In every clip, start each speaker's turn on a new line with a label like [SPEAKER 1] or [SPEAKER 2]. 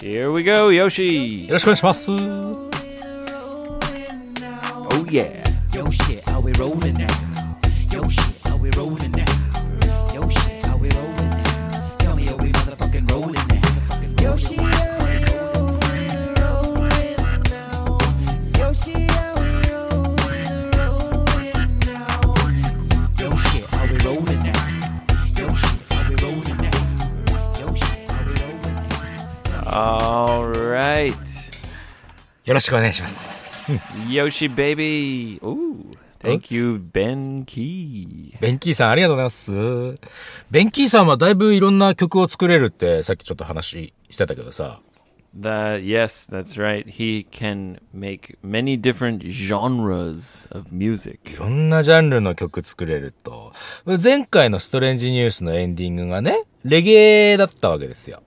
[SPEAKER 1] Here we go, Yoshi.
[SPEAKER 2] よろしくお願いします。
[SPEAKER 1] Oh, yeah.
[SPEAKER 3] Yo shit, how we rolling now? Yo shit, how we rolling now? Yo shit, how we rolling now? Tell me, are we motherfucking rolling now? Yo shit, how we rolling, rolling now? Yo shit, how we rolling, rolling now? Yo shit, how we rolling now? Yo shit, how we rolling now? Yo shit, how we rolling now?
[SPEAKER 1] All right.
[SPEAKER 2] よろしくお願いします。
[SPEAKER 1] Yoshi, baby. Ooh. Thank you, Ben Key.
[SPEAKER 2] ベンキーさんありがとうございます。ベンキーさんはだいぶいろんな曲を作れるってさっきちょっと話してたけどさ。
[SPEAKER 1] That yes, that's right. He can make many different genres of
[SPEAKER 2] い
[SPEAKER 1] music.
[SPEAKER 2] ろんなジャンルの曲作れると。前回のストレンジニュースのエンディングがね、レゲエだったわけですよ。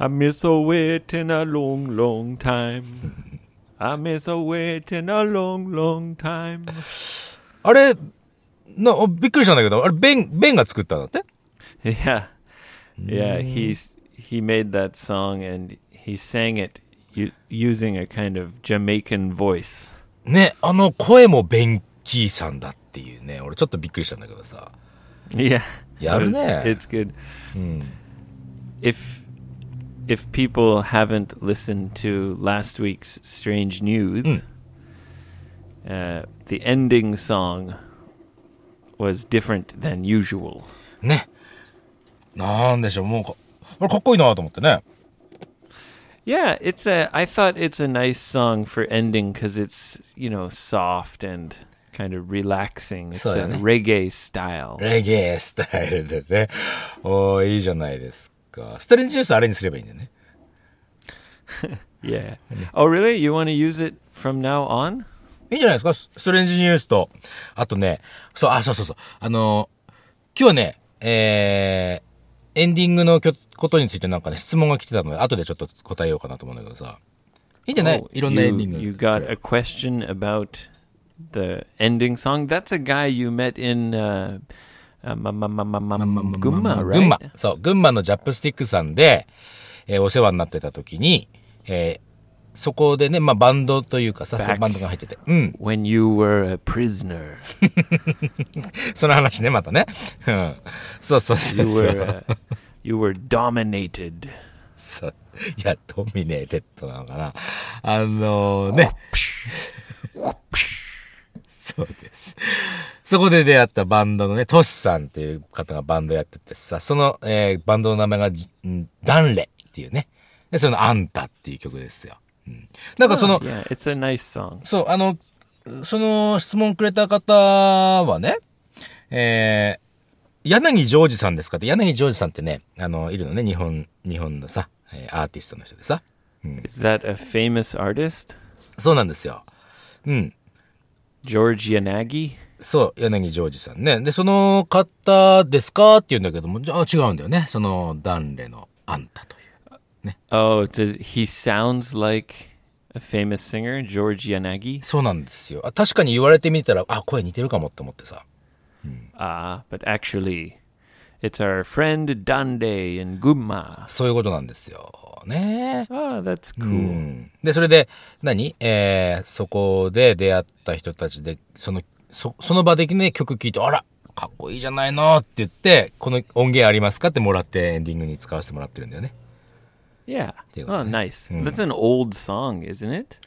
[SPEAKER 1] I miss a waiting a long, long time. I miss a waiting a long, long time.
[SPEAKER 2] あれ、な、おびっくりしたんだけど、あれ、ベン、ベンが作ったんだって
[SPEAKER 1] Yeah, yeah. He's he made that song and he sang it u- using a kind of Jamaican voice.
[SPEAKER 2] ね、あの声もベンキーさんだっていうね、俺ちょっとびっくりしたんだけどさ。
[SPEAKER 1] Yeah,
[SPEAKER 2] Yeah,
[SPEAKER 1] it's,
[SPEAKER 2] yeah.
[SPEAKER 1] it's good. Hmm. If if people haven't listened to last week's strange news, uh, the ending song was different than usual.
[SPEAKER 2] ね。なんでしょう、もうか、あれかっこいいなと思ってね。
[SPEAKER 1] Yeah, it's a. I thought it's a nice song for ending because it's you know soft and kind of relaxing. It's a
[SPEAKER 2] Sorta.
[SPEAKER 1] reggae style.
[SPEAKER 2] レゲエスタイルでね。おー、いいじゃないですか。ストレンジニュースあれにすればいいんだよね。
[SPEAKER 1] Yeah. Oh, really? You want to use it from now on?
[SPEAKER 2] いいんじゃないですかスストレンジニュースと。あとね、そう、あ、そうそうそう。あのー今日はね、えー、エンディングのきょことについてなんかね、質問が来てたので、後でちょっと答えようかなと思うんだけどさ。いいんじゃない
[SPEAKER 1] Oh,
[SPEAKER 2] いろんなエンディン
[SPEAKER 1] you-
[SPEAKER 2] グ。
[SPEAKER 1] You got a question about the ending song. That's a guy you met in uh, uh, Ma- Ma- Ma- Ma- Ma- Gumma,
[SPEAKER 2] 群
[SPEAKER 1] right?
[SPEAKER 2] 馬。そう、群馬のジャップスティックさんで、えーお世話になってた時に、えーそこでね、まあ、バンドというかさ、
[SPEAKER 1] Back
[SPEAKER 2] バンドが入ってて。うん。
[SPEAKER 1] When you were a prisoner,
[SPEAKER 2] その話ね、またね。うん。そうそうそう
[SPEAKER 1] you
[SPEAKER 2] そう。
[SPEAKER 1] were uh, you were dominated.
[SPEAKER 2] そう。いや、ドミネーテッドなのかな。あのね。そうです。そこで出会ったバンドのね、トシさんっていう方がバンドやっててさ、その、えーバンドの名前がじ、んダンレっていうね。で、そのあんたっていう曲ですよ。うん。なんかその、
[SPEAKER 1] Yeah, it's a nice song.
[SPEAKER 2] そう、あの、その質問くれた方はね、えー、柳ジョージさんですかって、柳ジョージさんってね、あの、いるのね、日本、日本のさ、えーアーティストの人でさ。
[SPEAKER 1] Is that a famous artist?
[SPEAKER 2] そうなんですよ。うん。
[SPEAKER 1] George Yanagi?
[SPEAKER 2] そう、柳ジョージさんね。で、その方ですかって言うんだけども、じゃあ違うんだよね。その、ダンレのあんたという。
[SPEAKER 1] Oh, does, he sounds like a famous singer, George Yanagi.
[SPEAKER 2] そうなんですよ。あ確かに言われてみたら、あ、声似てるかもって思ってさ。
[SPEAKER 1] Ah, but actually, it's our friend Dande in Gumma.
[SPEAKER 2] そういうことなんですよ。ね
[SPEAKER 1] Ah, that's cool.
[SPEAKER 2] で、それで、何えー、そこで出会った人たちで、その、そ、その場でね、曲聴いて、あら、かっこいいじゃないのって言って、この音源ありますかってもらってエンディングに使わせてもらってるんだよね。
[SPEAKER 1] Yeah.
[SPEAKER 2] Digo,
[SPEAKER 1] Oh,
[SPEAKER 2] eh?
[SPEAKER 1] nice. That's an old song, isn't it?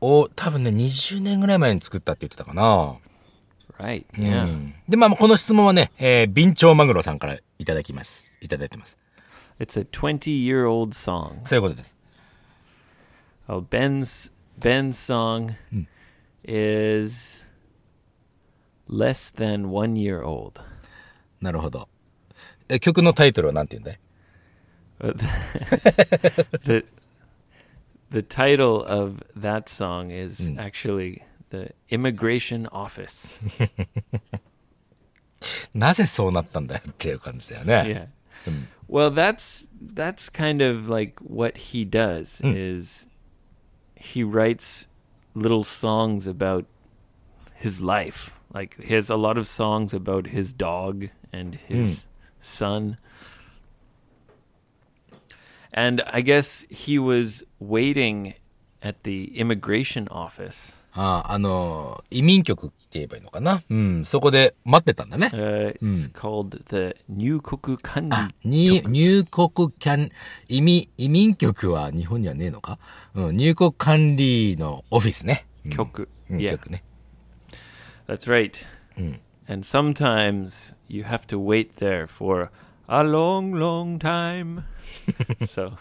[SPEAKER 2] お、多分ね、20年ぐらい前に作ったって言ってたかな。
[SPEAKER 1] Right. Yeah.
[SPEAKER 2] で、まあ、この質問はね、えー、ビンチョウマグロさんからいただきます。いただいてます。
[SPEAKER 1] It's a 20-year-old song.
[SPEAKER 2] そういうことです。
[SPEAKER 1] Oh, Ben's Ben's song is less than 1 year old.
[SPEAKER 2] なるほど。え、曲のタイトルはなんて言うんだい
[SPEAKER 1] But the the title of that song is actually the immigration office.
[SPEAKER 2] なぜそうなったんだよっていう感じだよね。
[SPEAKER 1] yeah. Well, that's that's kind of like what he does is he writes little songs about his life. Like he has a lot of songs about his dog and his son. And I guess he was waiting at the immigration office.
[SPEAKER 2] ああ、あのー移民局って言えばいいのかな。うん、そこで待ってたんだね。
[SPEAKER 1] Uh, It's called the Nyukoku Kandi.
[SPEAKER 2] あ、に、入国管、移民、移民局は日本にはねえのかうん、入国管理のオフィスね。うん
[SPEAKER 1] 局
[SPEAKER 2] うん
[SPEAKER 1] Yeah,
[SPEAKER 2] 局ね。
[SPEAKER 1] that's right. And sometimes you have to wait there for a long, long time. so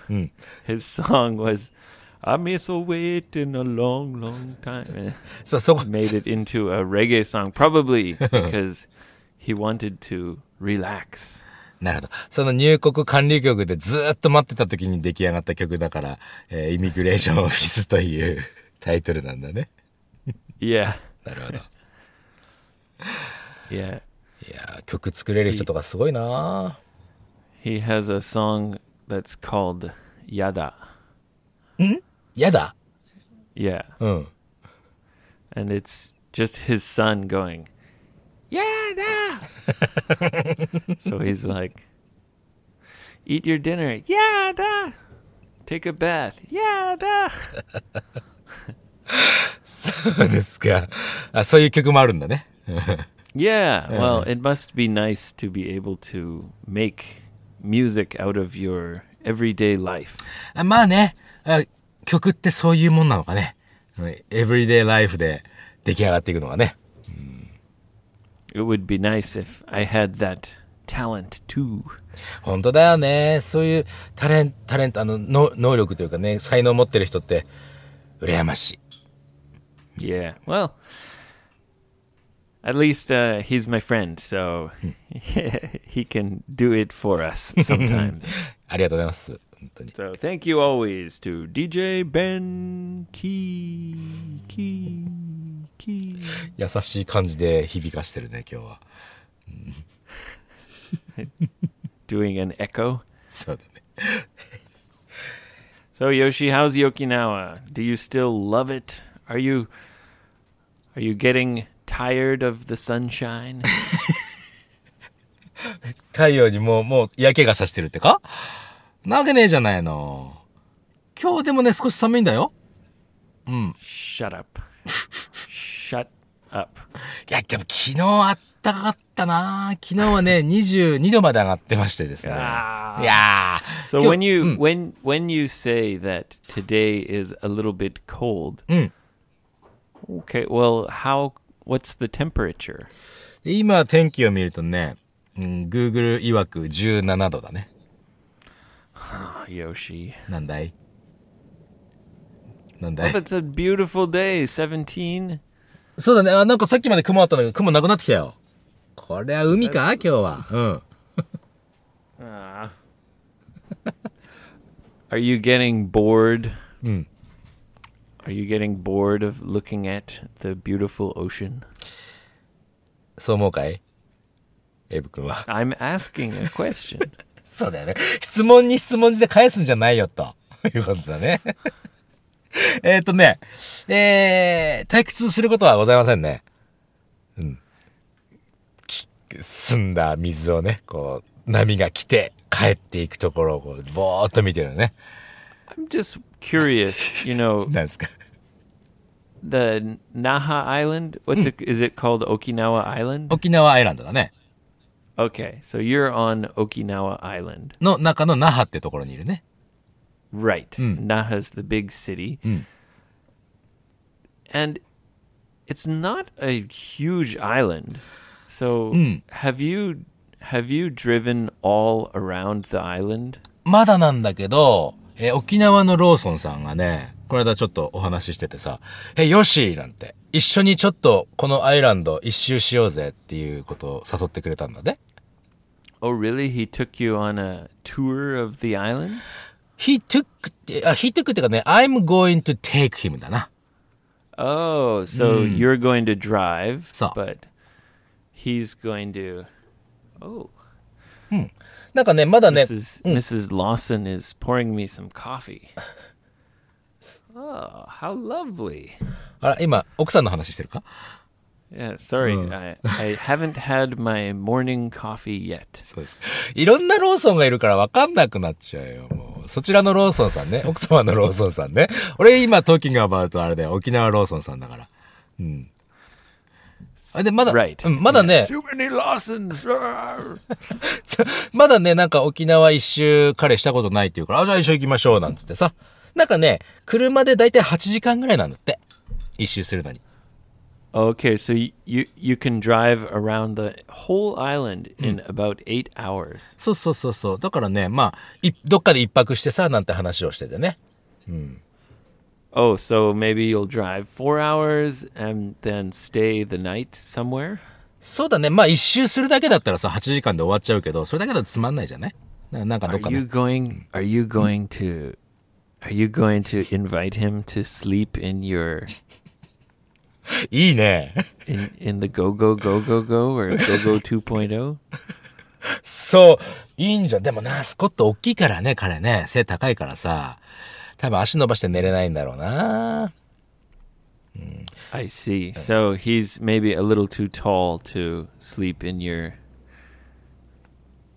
[SPEAKER 1] his song was, I'm also waiting a long, long time.
[SPEAKER 2] そう、そこ
[SPEAKER 1] And、made it into a reggae song, probably because he wanted to relax.
[SPEAKER 2] なるほど。その入国管理局でずーっと待ってた時に出来上がった曲だから、えーイミグレーションオフィスというタイトルなんだね。
[SPEAKER 1] Yeah,
[SPEAKER 2] なるほど。い
[SPEAKER 1] yeah.
[SPEAKER 2] やー曲作れる人とかすごいな
[SPEAKER 1] He has a song that's called Yada.
[SPEAKER 2] ーやだ
[SPEAKER 1] Yeah.
[SPEAKER 2] うん。
[SPEAKER 1] and it's just his son going, "Yeah, da." so he's like, "Eat your dinner, yeah, da. Take a bath, yeah, da."
[SPEAKER 2] そうですか。あ、そういう曲もあるんだね。
[SPEAKER 1] Yeah, well, it must be nice to be able to make music out of your everyday life.
[SPEAKER 2] あまあねあ、曲ってそういうもんなのかね。うんエブリデイライフで出来上がっていくのがね。
[SPEAKER 1] It would be nice if I had that talent too.
[SPEAKER 2] 本当だよね。そういうタレント、タレント、あの、の能力というかね、才能を持ってる人って、羨ましい。
[SPEAKER 1] Yeah. Well, at least uh, he's my friend, so he can do it for us sometimes.
[SPEAKER 2] ありがとうございます。本当に。
[SPEAKER 1] so thank you always to DJ Ben Key Key Key.
[SPEAKER 2] 優しい感じで響かしてるね、今日は。
[SPEAKER 1] Doing an echo.
[SPEAKER 2] そうだね。
[SPEAKER 1] So Yoshi, how's Okinawa? Do you still love it? Are you are you getting tired of the sunshine?
[SPEAKER 2] 太陽にもう、もう嫌気がさしてるってかなわけねえじゃないの。今日でもね、少し寒いんだよ。
[SPEAKER 1] Shut up. Shut up.
[SPEAKER 2] いや、でも昨日あったかかったな昨日はね、22度ま で上がってましてですね。い
[SPEAKER 1] あー
[SPEAKER 2] やー
[SPEAKER 1] So
[SPEAKER 2] 今日
[SPEAKER 1] when you
[SPEAKER 2] うん
[SPEAKER 1] when when you say that today is a little bit cold,
[SPEAKER 2] うん。
[SPEAKER 1] okay, well, how what's the temperature?
[SPEAKER 2] 今天気を見るとね、うん、Google 曰く17度だね。
[SPEAKER 1] Ah, Yoshi,
[SPEAKER 2] なんだいなんだい
[SPEAKER 1] that's a beautiful day. Seventeen.
[SPEAKER 2] そうだね。あ、なんかさっきまで雲あったんだけど、雲なくなってきたよ。これは海か今日は。うん。
[SPEAKER 1] Are you getting bored?
[SPEAKER 2] Mm.
[SPEAKER 1] Are you getting bored of looking at the beautiful ocean?
[SPEAKER 2] そう思うかいエイブ君は。
[SPEAKER 1] I'm asking a question.
[SPEAKER 2] そうだよね。質問に質問で返すんじゃないよ、と。 いうことだね。 えっとね、えー、退屈することはございませんね。うん。き澄んだ水をね、こう、波が来て、帰っていくところを、こう、ぼーっと見てるのね。
[SPEAKER 1] I'm just curious. You know,
[SPEAKER 2] なんですか。
[SPEAKER 1] the Naha Island. What's it? Is it called Okinawa Island?
[SPEAKER 2] 沖縄アイランドだね。
[SPEAKER 1] Okay, so you're on Okinawa Island.
[SPEAKER 2] の中の那覇ってところにいるね。
[SPEAKER 1] Right. Naha's the big city. And it's not a huge island. So have you have you driven all around the island?
[SPEAKER 2] まだなんだけど、えー沖縄のローソンさんがね、この間ちょっとお話ししててさ、え、ヨッシーなんて、一緒にちょっとこのアイランド一周しようぜっていうことを誘ってくれたんだね。
[SPEAKER 1] Oh really? He took you on a tour of the island?
[SPEAKER 2] he took, ってあ、he took ってかね、I'm going to take him だな。
[SPEAKER 1] Oh, so you're going to drive,
[SPEAKER 2] So.
[SPEAKER 1] but he's going to Oh,
[SPEAKER 2] なんかね、まだね、
[SPEAKER 1] Mrs. Mrs. Lawson is pouring me some coffee. Oh, how lovely.
[SPEAKER 2] あら、今、奥さんの話してるか
[SPEAKER 1] Yeah, sorry. I, I haven't had my morning coffee yet.
[SPEAKER 2] そうです。いろんなローソンがいるからわかんなくなっちゃうよ、もう。そちらのローソンさんね。奥様のローソンさんね。俺今、トーキングアバウトあれだよ。沖縄ローソンさんだから。うん。あで、まだ、
[SPEAKER 1] Right.
[SPEAKER 2] うんまだね、
[SPEAKER 1] Too many Lawsons!
[SPEAKER 2] まだね、なんか沖縄一周彼したことないっていうから、あ、じゃあ一緒行きましょう、なんつってさ。なんかね、車でだいたい8時間ぐらいなんだって。一周するのに。
[SPEAKER 1] okay, so y- you you can drive around the whole island in about eight hours.
[SPEAKER 2] そうそうそうそう。だからね、まあ、いどっかで一泊してさ、なんて話をしててね。
[SPEAKER 1] Oh, so maybe you'll drive four hours and then stay the night somewhere?
[SPEAKER 2] そうだね。まあ一周するだけだったらさ、8時間で終わっちゃうけど、それだけだとつまんないじゃないななんかど
[SPEAKER 1] Are
[SPEAKER 2] っか
[SPEAKER 1] you
[SPEAKER 2] ね。
[SPEAKER 1] going are you going to are you going to invite him to sleep in your
[SPEAKER 2] いいね。
[SPEAKER 1] in in the go go go go go or go go 2.0?
[SPEAKER 2] そう。いいんじゃん。でもな、スコット大きいからね、彼ね。背高いからさ。多分足伸ばして寝れないんだろうな。
[SPEAKER 1] I see. So he's maybe a little too tall to sleep in your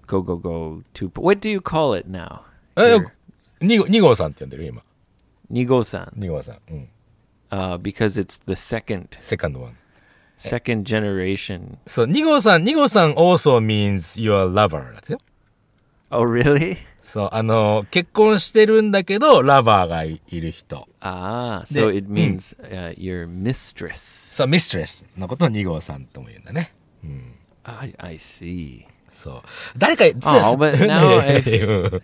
[SPEAKER 1] go go go two. What do you call it now?
[SPEAKER 2] え
[SPEAKER 1] Your、
[SPEAKER 2] 二号二号さんって呼んでる今。
[SPEAKER 1] Nigo-san,
[SPEAKER 2] 二号さん。うん。
[SPEAKER 1] uh, because it's the second
[SPEAKER 2] セカンドワン。
[SPEAKER 1] second generation.
[SPEAKER 2] そう、二号さん、二号さん also means your lover だってよ。
[SPEAKER 1] Oh, really?
[SPEAKER 2] そう、あの、結婚してるんだけど、ラバーがいいる人。
[SPEAKER 1] Ah, so
[SPEAKER 2] The-
[SPEAKER 1] it means uh, your mistress.
[SPEAKER 2] そう、ミストレスのことを二号さんとも言うんだね。
[SPEAKER 1] I I see.
[SPEAKER 2] そう。誰か、
[SPEAKER 1] Oh, but now
[SPEAKER 2] うん
[SPEAKER 1] I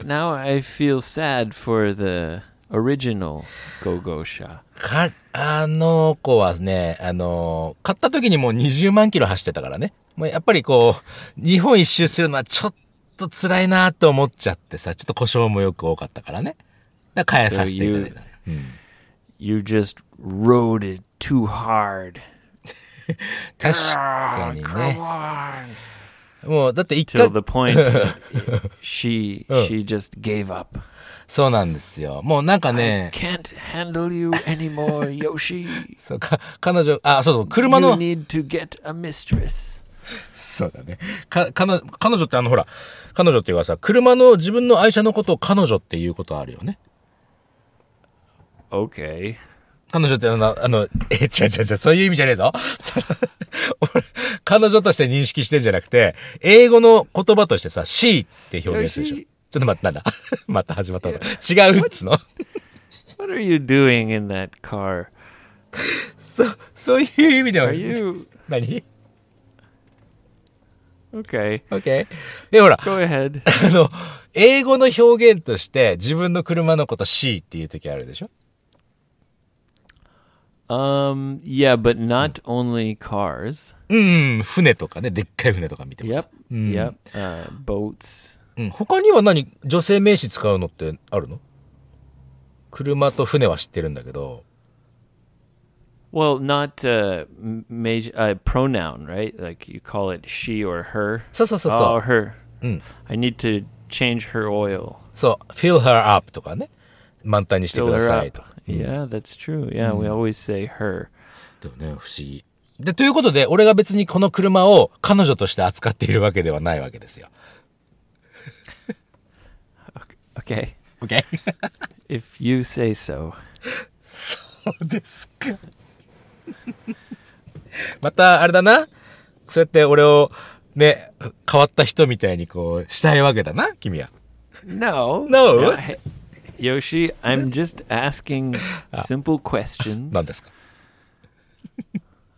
[SPEAKER 1] now I feel sad for the original Go Go Sha.
[SPEAKER 2] か、あの子はね、あの、買った時にもう20万キロ走ってたからね。もうやっぱりこう、日本一周するのはちょっと辛いなと思っちゃってさ、ちょっと故障もよく多かったからね。だから変えさせていただいた。
[SPEAKER 1] You just rode it too hard.
[SPEAKER 2] 確かにね。
[SPEAKER 1] on.
[SPEAKER 2] もう、だって一
[SPEAKER 1] till
[SPEAKER 2] 回、
[SPEAKER 1] the point that she she just gave up.
[SPEAKER 2] そうなんですよ。もうなんかね、
[SPEAKER 1] Can't handle you anymore, Yoshi.
[SPEAKER 2] そうか、彼女、あ、そうそう、車
[SPEAKER 1] You
[SPEAKER 2] の、
[SPEAKER 1] need to get a mistress.
[SPEAKER 2] そうだね。か、彼女、彼女ってあの、ほら、彼女っていうかさ、車の自分の愛車のことを彼女っていうことあるよね。
[SPEAKER 1] Okay.
[SPEAKER 2] 彼女ってあの、あの、 え、違う違う違う、そういう意味じゃねえぞ。 俺、彼女として認識してんじゃなくて、英語の言葉としてさ、she って表現するでしょ。
[SPEAKER 1] いや she-
[SPEAKER 2] ちょっと待って、なんだ また始まったの。違うっつの
[SPEAKER 1] What are you doing in that car?
[SPEAKER 2] そう、そういう意味では
[SPEAKER 1] Are。you
[SPEAKER 2] 何
[SPEAKER 1] okay?
[SPEAKER 2] ?OK。で、ほら、
[SPEAKER 1] Go ahead.
[SPEAKER 2] あの、英語の表現として自分の車のこと she っていう時あるでしょ
[SPEAKER 1] Um. Yeah, but not only cars.
[SPEAKER 2] うん、船とかね、でっかい船とか見てもさ
[SPEAKER 1] Yep. Yep. Uh, boats.
[SPEAKER 2] うん、他には何女性名詞使うのってあるの車と船は知ってるんだけど。
[SPEAKER 1] Well, not uh, m- maj uh, pronoun, right? Like you call it she or her.
[SPEAKER 2] そうそうそう
[SPEAKER 1] Oh,
[SPEAKER 2] そう。
[SPEAKER 1] her. I need to change her oil.
[SPEAKER 2] そう。fill her up とかね。満タンにして
[SPEAKER 1] Fill
[SPEAKER 2] くだ
[SPEAKER 1] her
[SPEAKER 2] さいと
[SPEAKER 1] up. Yeah, that's true. Yeah, we always say her.
[SPEAKER 2] でもね、不思議。で、ということで、俺が別にこの車を彼女として扱っているわけではないわけですよ。
[SPEAKER 1] Okay.
[SPEAKER 2] OK?
[SPEAKER 1] If you say so.
[SPEAKER 2] そうですか。また、あれだな。そうやって俺を、ね、変わった人みたいにこう、したいわけだな、君は。
[SPEAKER 1] No.
[SPEAKER 2] No.
[SPEAKER 1] I- Yoshi, I'm just asking simple questions.
[SPEAKER 2] 何ですか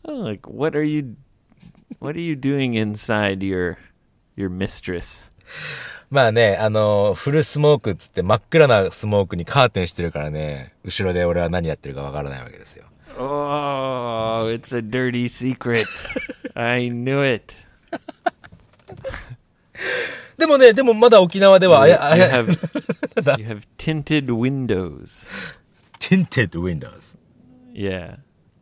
[SPEAKER 1] Oh, Like what are you what are you doing inside your your mistress?
[SPEAKER 2] まあね、あの、フルスモークっつって真っ暗なスモークにカーテンしてるからね、後ろで俺は何やってるかわからないわけですよ。
[SPEAKER 1] Oh, it's a dirty secret. I knew it.
[SPEAKER 2] でもね、でもまだ沖縄では、あ
[SPEAKER 1] You
[SPEAKER 2] や、あや、
[SPEAKER 1] have you have tinted windows.
[SPEAKER 2] tinted windows.
[SPEAKER 1] Yeah.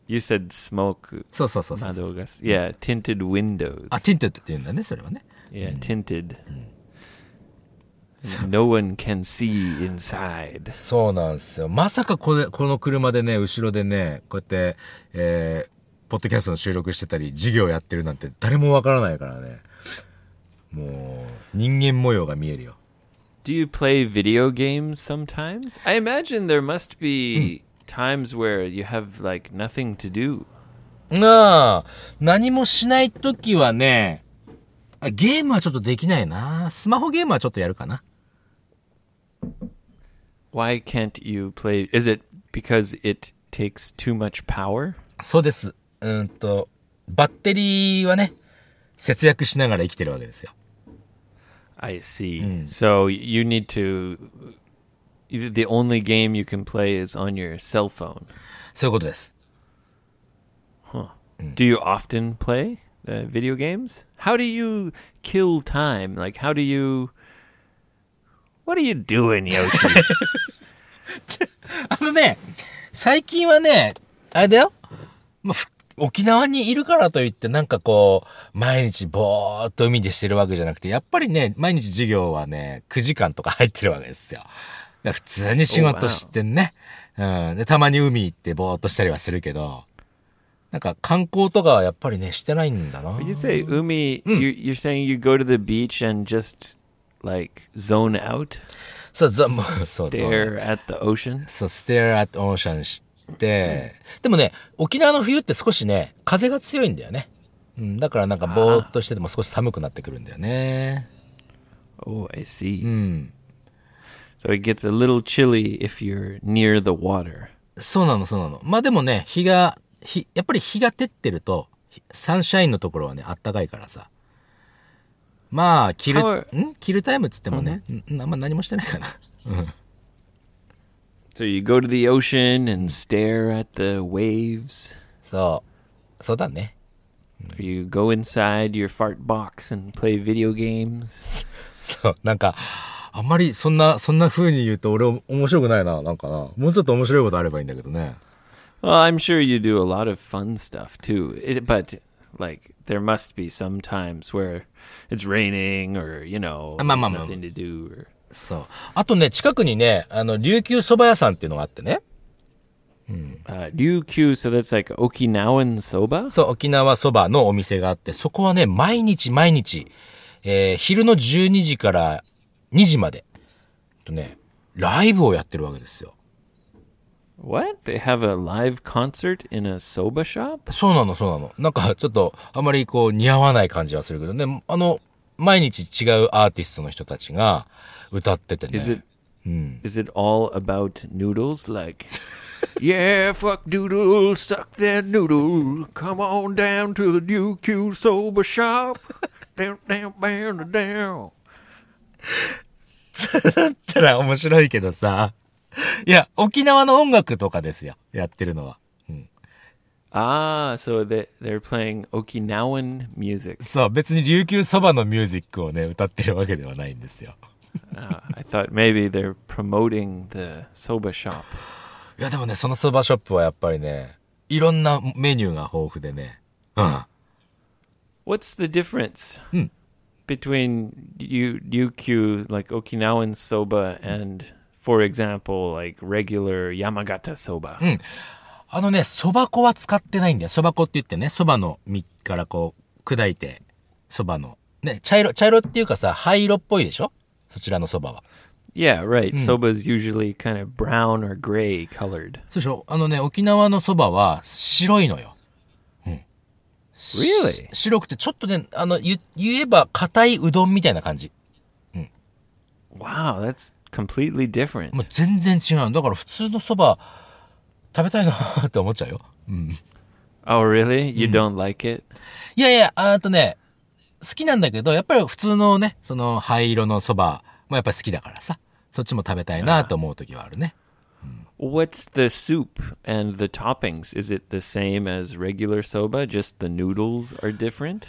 [SPEAKER 1] You said smoke
[SPEAKER 2] そうそうそうそう。
[SPEAKER 1] 窓が Yeah, tinted windows.
[SPEAKER 2] あ、tinted って言うんだね、それはね。
[SPEAKER 1] Yeah, tinted. No one can see inside.
[SPEAKER 2] そうなんですよ。まさかこれ、この車でね、後ろでね、こうやって、えー、ポッドキャストの収録してたり、授業やってるなんて誰もわからないからね。もう、人間模様が見えるよ。
[SPEAKER 1] Do you play video games sometimes? I imagine there must be times where you have like nothing to do.
[SPEAKER 2] なあ、何もしないときはね、あゲームはちょっとできないな。スマホゲームはちょっとやるかな。
[SPEAKER 1] Why can't you play? Is it because it takes too much power?
[SPEAKER 2] そうです。うーんと、バッテリーはね、節約しながら生きてるわけですよ。
[SPEAKER 1] I see. So you need to. The only game you can play is on your cell phone.
[SPEAKER 2] そういうことです。
[SPEAKER 1] Do you often play uh, video games? How do you kill time? Like, how do you. What are you doing, Yoshi?
[SPEAKER 2] あのね、最近はね、あれだよ。まあふ沖縄にいるからといってなんかこう、毎日ぼーっと海でしてるわけじゃなくて、やっぱりね、毎日授業はね、9時間とか入ってるわけですよ。だから普通に仕事してね。うん。で、たまに海行ってぼーっとしたりはするけど、なんか観光とかはやっぱりね、してないんだな。
[SPEAKER 1] you say, Umi, you, you're saying you go to the beach and just, like, zone out,
[SPEAKER 2] そう、ざもうそうそう。
[SPEAKER 1] stare at the ocean?
[SPEAKER 2] そう、ステアアットオーシャンして、でもね、沖縄の冬って少しね、風が強いんだよね。うん、だからなんかぼーっとしてても少し寒くなってくるんだよね。
[SPEAKER 1] Oh, I see.
[SPEAKER 2] うん。
[SPEAKER 1] So it gets a little chilly if you're near the water.
[SPEAKER 2] そうなの、そうなの。まあでもね、日が、日、やっぱり日が照ってると、ひサンシャインのところはね、あったかいからさ。まあ、着る、
[SPEAKER 1] How are-
[SPEAKER 2] ん着るタイムっつってもね、うん、うんあんま何もしてないかな。
[SPEAKER 1] So you go to the ocean and stare at the waves.
[SPEAKER 2] そう。そうだね。
[SPEAKER 1] Or you go inside your fart box and play video games.
[SPEAKER 2] そう、なんか、あんまりそんな、そんな風に言うと俺面白くないな、なんかな。もうちょっと面白いことあればいいんだけどね。
[SPEAKER 1] Well, I'm sure you do a lot of fun stuff too. It, but like there must be some times where it's raining or you know
[SPEAKER 2] Ah, ma-
[SPEAKER 1] there's
[SPEAKER 2] ma- ma-
[SPEAKER 1] nothing to do. Or...
[SPEAKER 2] そう。あとね、近くにね、あの、琉球蕎麦屋さんっていうのがあってね。
[SPEAKER 1] Uh, Ryukyu, so that's like Okinawan soba.
[SPEAKER 2] そう、沖縄蕎麦のお店があって、そこはね、毎日毎日、えー昼の12時から2時まで、えっとね、ライブをやってるわけですよ。
[SPEAKER 1] What? They have a live concert in a soba shop?
[SPEAKER 2] そうなの、そうなの。なんか、ちょっと、あまりこう、似合わない感じはするけどね、あの、毎日違うアーティストの人たちが歌っててね。
[SPEAKER 1] Is it? Is it all about noodles? Like, yeah, fuck doodles, suck their noodle. Come on down to the Ryukyu soba shop. down, down, down, down.
[SPEAKER 2] ったら面白いけどさ。いや、沖縄の音楽とかですよ。やってるのは。
[SPEAKER 1] Ah, so they they're playing Okinawan music.
[SPEAKER 2] そう、別に琉球そばのミュージックをね、歌ってるわけではないんですよ。
[SPEAKER 1] Ah, I thought maybe they're promoting the soba shop.
[SPEAKER 2] いや、でもね、そのそばショップはやっぱりね、いろんなメニューが豊富でね。うん。
[SPEAKER 1] What's the difference between you Ryukyu like Okinawan soba and for example, like regular Yamagata soba?
[SPEAKER 2] あのね、そば粉は使ってないんだよ。そば粉って言ってね、そばの実からこう、砕いて、そばの。ね、茶色、茶色っていうかさ、灰色っぽいでしょそちらのそばは。
[SPEAKER 1] Yeah, right. Soba is usually kind of brown or gray colored.
[SPEAKER 2] そうでしょあのね、沖縄のそばは白いのよ。うん。
[SPEAKER 1] Really？
[SPEAKER 2] し白くて、ちょっとね、あの、言言えば硬いうどんみたいな感じ。
[SPEAKER 1] Wow, that's completely different.
[SPEAKER 2] もう全然違う。だから普通のそば、食べたいなって思っちゃうよ。
[SPEAKER 1] Oh, really? You don't like it?
[SPEAKER 2] いやいや、あーとね、好きなんだけど、やっぱり普通のね、その灰色のそばもやっぱ好きだからさ。そっちも食べたいなと思う時はあるね。
[SPEAKER 1] What's the soup and the toppings? Is it the same as regular soba? Just the noodles are different?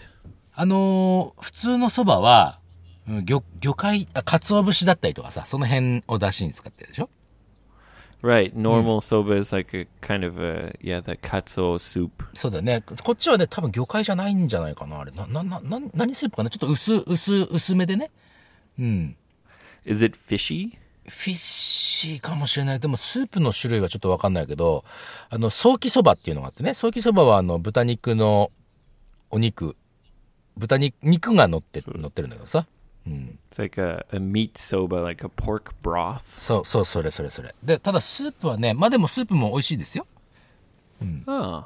[SPEAKER 2] あのー普通のそばは、うん魚、魚介、あ、鰹節だったりとかさ、その辺を出汁に使ってるでしょ
[SPEAKER 1] Right. Normal soba is like a kind of a, yeah, the katsuo soup.
[SPEAKER 2] そうだね。こっちはね、多分魚介じゃないんじゃないかな、あれ。な、な、な、な何スープかなちょっと薄、薄、薄めでね。
[SPEAKER 1] Is it fishy?
[SPEAKER 2] フィッシーかもしれない。でも、スープの種類はちょっとわかんないけど、あの、ソーキそばっていうのがあってね、ソーキそばはあの、豚肉のお肉、豚肉、肉が乗って、乗ってるんだけどさ。うん。
[SPEAKER 1] It's like a, a meat soba, like a pork broth.
[SPEAKER 2] そうそう、それそれそれ。で、ただスープはね、まあでもスープも美味しいですよ。
[SPEAKER 1] Oh.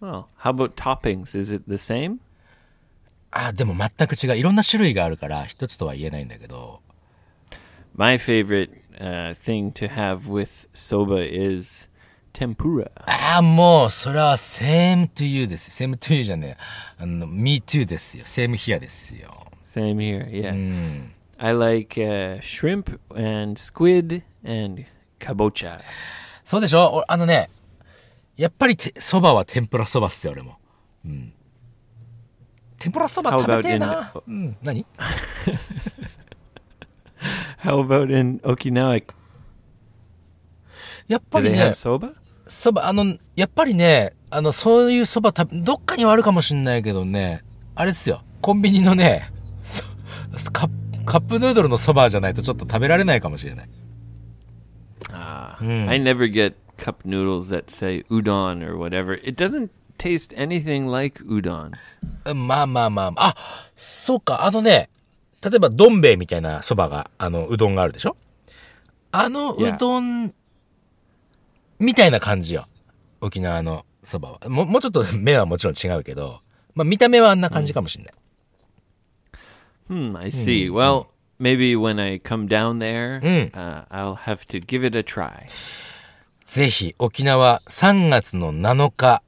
[SPEAKER 1] Well, how about toppings? Is it the same?
[SPEAKER 2] あ、でも全く違う。いろんな種類があるから、一つとは言えないんだけど。
[SPEAKER 1] My favorite uh, thing to have with soba is tempura.
[SPEAKER 2] ああ、もう、それは same to you です。same to you じゃねえ。あの、me too ですよ。same here ですよ。
[SPEAKER 1] Same here, yeah. I like uh, shrimp and squid and kabocha.
[SPEAKER 2] そうでしょ俺あのね、やっぱりて、蕎麦は天ぷら蕎麦っすよ、俺も。うん。天ぷら蕎麦
[SPEAKER 1] How
[SPEAKER 2] 食べて
[SPEAKER 1] about
[SPEAKER 2] え
[SPEAKER 1] in
[SPEAKER 2] な。うん。何
[SPEAKER 1] How about in Okinawa?
[SPEAKER 2] やっ
[SPEAKER 1] Do
[SPEAKER 2] ぱり
[SPEAKER 1] they
[SPEAKER 2] ね
[SPEAKER 1] have、soba?
[SPEAKER 2] 蕎麦、あの、やっぱりね、あの、そういう蕎麦食べ、どっかにはあるかもしんないけどね、あれですよ。コンビニのね、そカップカップヌードルの蕎麦じゃないとちょっと食べられないかもしれない。
[SPEAKER 1] Ah, I never get cup noodles that say udon or whatever. It doesn't taste anything like udon.
[SPEAKER 2] うんまあまあまあ、あ、そうか、あのね、例えば、どん兵衛みたいな蕎麦が、あの、うどんがあるでしょあのう
[SPEAKER 1] Yeah.
[SPEAKER 2] どん、みたいな感じよ。沖縄の蕎麦は。もう、もうちょっと麺はもちろん違うけど、まあ見た目はあんな感じかもしんない。
[SPEAKER 1] Hmm, I see. Well, maybe when I come down there, uh, I'll have to give it a try.
[SPEAKER 2] ぜひ、沖縄3月の7日、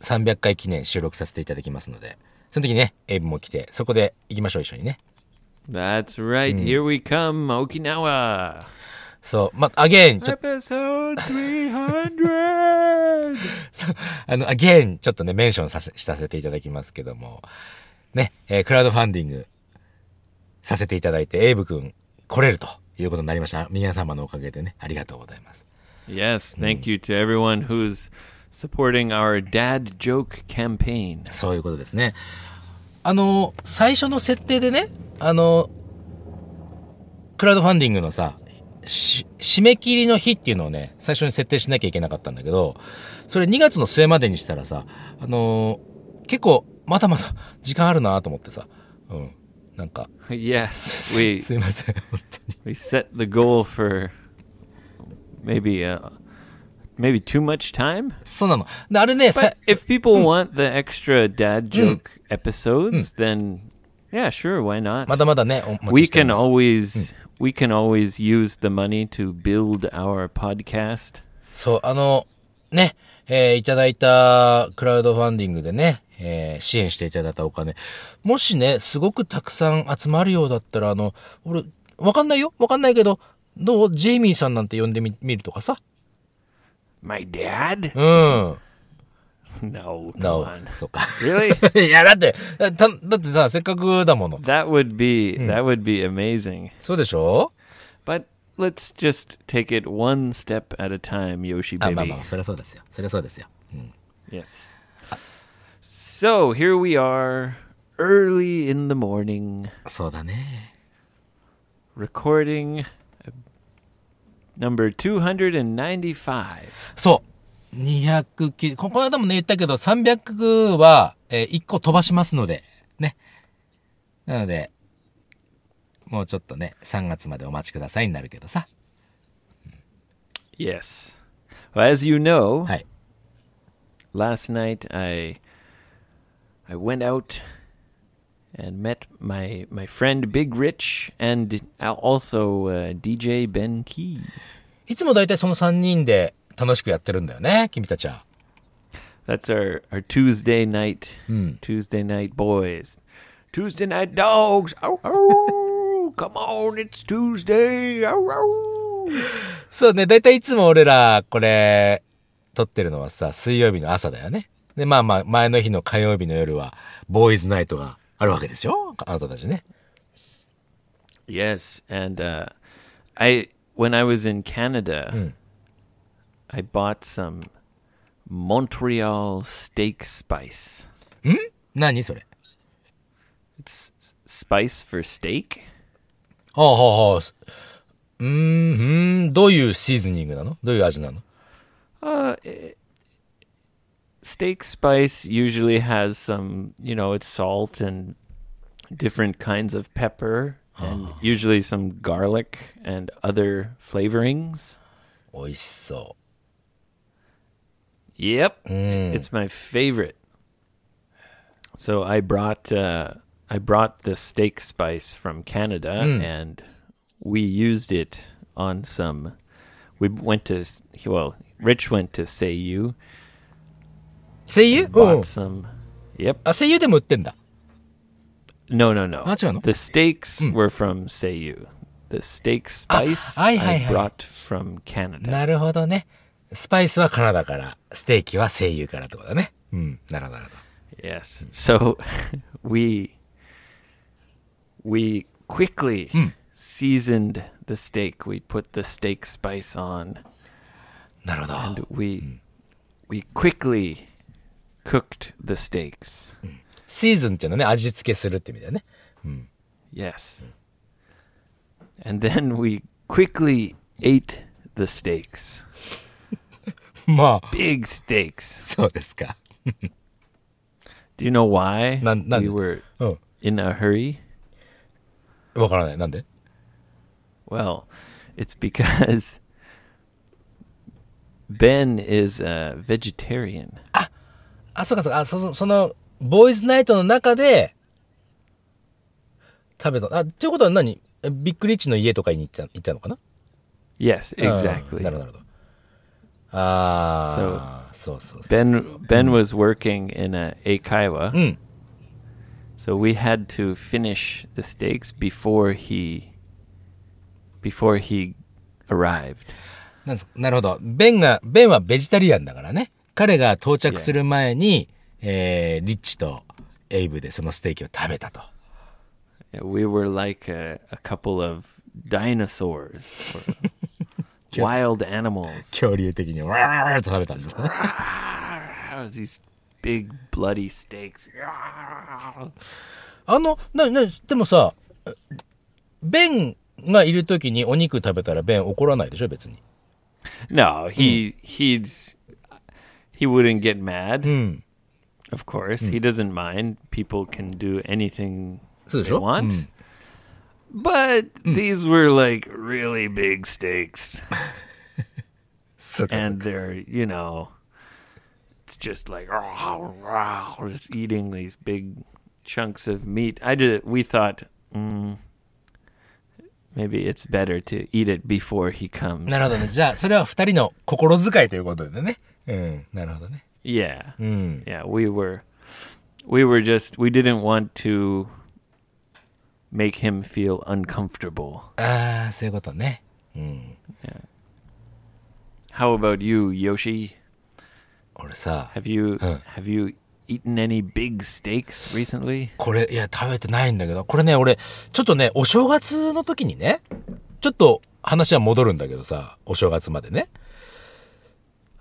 [SPEAKER 2] 300回記念収録させていただきますので、その時ね、エイブも来て、そこで行きましょう、一緒にね。
[SPEAKER 1] That's right. Here we come, Okinawa.
[SPEAKER 2] そう、ま、アゲイン、ちょっと
[SPEAKER 1] Episode 300.
[SPEAKER 2] そう あの、ゲイン、ちょっとね、メンションさせ、させていただきますけども、ね、えークラウドファンディングさせていただいて、エイブ君来れるということになりました。皆様のおかげでね、ありがとうございます。
[SPEAKER 1] yes, thank you to everyone who's supporting our dad joke campaign.
[SPEAKER 2] そういうことですね。あの、最初の設定でね、あの、クラウドファンディングのさ、し締め切りの日っていうのをね、最初に設定しなきゃいけなかったんだけど、それ2月の末までにしたらさ、あの結構、まだまだ 時間あるなと思ってさ、うん。なんか、
[SPEAKER 1] yes, we
[SPEAKER 2] すいません、 本当
[SPEAKER 1] we
[SPEAKER 2] に。
[SPEAKER 1] set the goal for maybe uh, maybe too much time.
[SPEAKER 2] そうなの。で、あれね、さ
[SPEAKER 1] But if people want the extra dad joke episodes, then yeah, sure, why not?
[SPEAKER 2] まだまだね、お待
[SPEAKER 1] we
[SPEAKER 2] ちしており
[SPEAKER 1] can
[SPEAKER 2] ます
[SPEAKER 1] always we can always use the money to build our podcast.
[SPEAKER 2] そう、あの、ね、えーいただいたクラウドファンディングでね、えー支援していただいたお金。もしね、すごくたくさん集まるようだったら、あの、俺、わかんないよわかんないけど、どうジェイミーさんなんて呼んでみ、見るとかさ。
[SPEAKER 1] My dad?
[SPEAKER 2] うん。
[SPEAKER 1] No, come
[SPEAKER 2] なお
[SPEAKER 1] on.
[SPEAKER 2] そうか。
[SPEAKER 1] Really?
[SPEAKER 2] いや、だって、だだってさ、せっかくだもの。
[SPEAKER 1] that would be that would be amazing.
[SPEAKER 2] そうでしょ
[SPEAKER 1] But let's just take it one step at a time, Yoshi
[SPEAKER 2] あ、まあ
[SPEAKER 1] baby.
[SPEAKER 2] まあ、そりゃそうですよ。そりゃそうですよ。
[SPEAKER 1] Yes. So here we are, early in the morning,
[SPEAKER 2] そうだね。
[SPEAKER 1] recording uh, number 295.
[SPEAKER 2] そう。200キこ、この間もね、言ったけど、300は、え1個飛ばしますので、ね。なので、もうちょっとね、3月までお待ちくださいになるけどさ。
[SPEAKER 1] Yes. Well, as you know,
[SPEAKER 2] はい。
[SPEAKER 1] last night I I went out and met my my friend Big Rich and al- also uh, DJ Ben Key.
[SPEAKER 2] いつも大体その3人で楽しくやってるんだよね、君たちは。
[SPEAKER 1] That's our, our Tuesday night Tuesday night boys. Tuesday night dogs. Oh, oh come on, it's Tuesday. Oh, oh.
[SPEAKER 2] そうね、大体いつも俺ら、これ、撮ってるのはさ、水曜日の朝だよね。で、まあまあ、前の日の火曜日の夜は、ボーイズナイトがあるわけでしょあなたたちね。
[SPEAKER 1] Yes, and uh, I when I was in Canada, I bought some Montreal steak spice.
[SPEAKER 2] 何それ。
[SPEAKER 1] It's s- spice for steak.
[SPEAKER 2] ほうほうほう。うーん、うーん、どういうシーズニングなのどういう味なの
[SPEAKER 1] Steak spice usually has some, you know, it's salt and different kinds of pepper. and usually some garlic and other flavorings.
[SPEAKER 2] 美味しそ
[SPEAKER 1] Yep, it's my favorite. So I brought uh, I brought the steak spice from Canada, and we used it on some. We went to well, Rich went to Seiyu,
[SPEAKER 2] う。声優
[SPEAKER 1] bought
[SPEAKER 2] うん。
[SPEAKER 1] some. Yep.
[SPEAKER 2] あ、声優でも売ってんだ。
[SPEAKER 1] No, no, no.
[SPEAKER 2] Ah,違うの？
[SPEAKER 1] The steaks were from Seiyu. The steak spice
[SPEAKER 2] ah,
[SPEAKER 1] I,
[SPEAKER 2] はいはいはい。
[SPEAKER 1] brought from Canada.
[SPEAKER 2] なるほどね。スパイスはカナダから、ステーキは声優からってことだね。うん。なるほど、なるほど。
[SPEAKER 1] Yes. So we we quickly seasoned the steak. We put the steak spice on.
[SPEAKER 2] なるほど。
[SPEAKER 1] We we quickly cooked the steaks.
[SPEAKER 2] シーズンっていうのはね、味付けするって意味だよね。
[SPEAKER 1] Yes. And then we quickly ate the steaks.
[SPEAKER 2] まあ、
[SPEAKER 1] Big steaks.
[SPEAKER 2] そうですか。
[SPEAKER 1] Do you know why
[SPEAKER 2] Nan- nan-
[SPEAKER 1] we were
[SPEAKER 2] うん。
[SPEAKER 1] in a hurry?
[SPEAKER 2] わからない。なんで
[SPEAKER 1] Well, it's because Ben is a vegetarian.
[SPEAKER 2] あ、そうかそうか。あ、そそその、ボーイズナイトの中で、食べた。あ、ということは何えビッグリッチの家とかに行った行ったのかな
[SPEAKER 1] Yes,
[SPEAKER 2] うん
[SPEAKER 1] exactly.
[SPEAKER 2] なるほど、なるほど。ああ、そうそうそう
[SPEAKER 1] Ben Ben was working in a Eikaiwa,
[SPEAKER 2] うん。
[SPEAKER 1] so we had to finish the steaks before he before he arrived.
[SPEAKER 2] なんですなるほど。ベンが、ベンはベジタリアンだからね。彼が到着する前に、えー、リッチとエイブでそのステーキを食べたと。
[SPEAKER 1] We were like a, a couple of dinosaurs, or wild animals.
[SPEAKER 2] 恐竜的に、わーっと食べたんだ。
[SPEAKER 1] These big bloody steaks.
[SPEAKER 2] あの、な、な、でもさ、ベンがいる時にお肉食べたらベン怒らないでしょ、別に。
[SPEAKER 1] No, he he's he wouldn't get mad. Of course, he doesn't mind. People can do anything
[SPEAKER 2] そうでし
[SPEAKER 1] they
[SPEAKER 2] ょ
[SPEAKER 1] want. But these were like really big steaks,
[SPEAKER 2] そうか
[SPEAKER 1] and they're you know, it's just like "Oh, just eating these big chunks of meat. I did. We thought mm, maybe it's better to eat it before he comes.
[SPEAKER 2] なるほどね。じゃあ、それは二人の心遣いということでね。うん、なるほどね。
[SPEAKER 1] Yeah.
[SPEAKER 2] うん。
[SPEAKER 1] yeah we were we were just we didn't want to make him feel uncomfortable
[SPEAKER 2] ああ、そういうことね。
[SPEAKER 1] how about you yoshi
[SPEAKER 2] 俺さ、
[SPEAKER 1] have you
[SPEAKER 2] Huh.
[SPEAKER 1] have you eaten any big steaks recently
[SPEAKER 2] これ、いや、食べてないんだけど、これね、俺、ちょっとね、お正月の時にね、ちょっと話は戻るんだけどさ、お正月までね。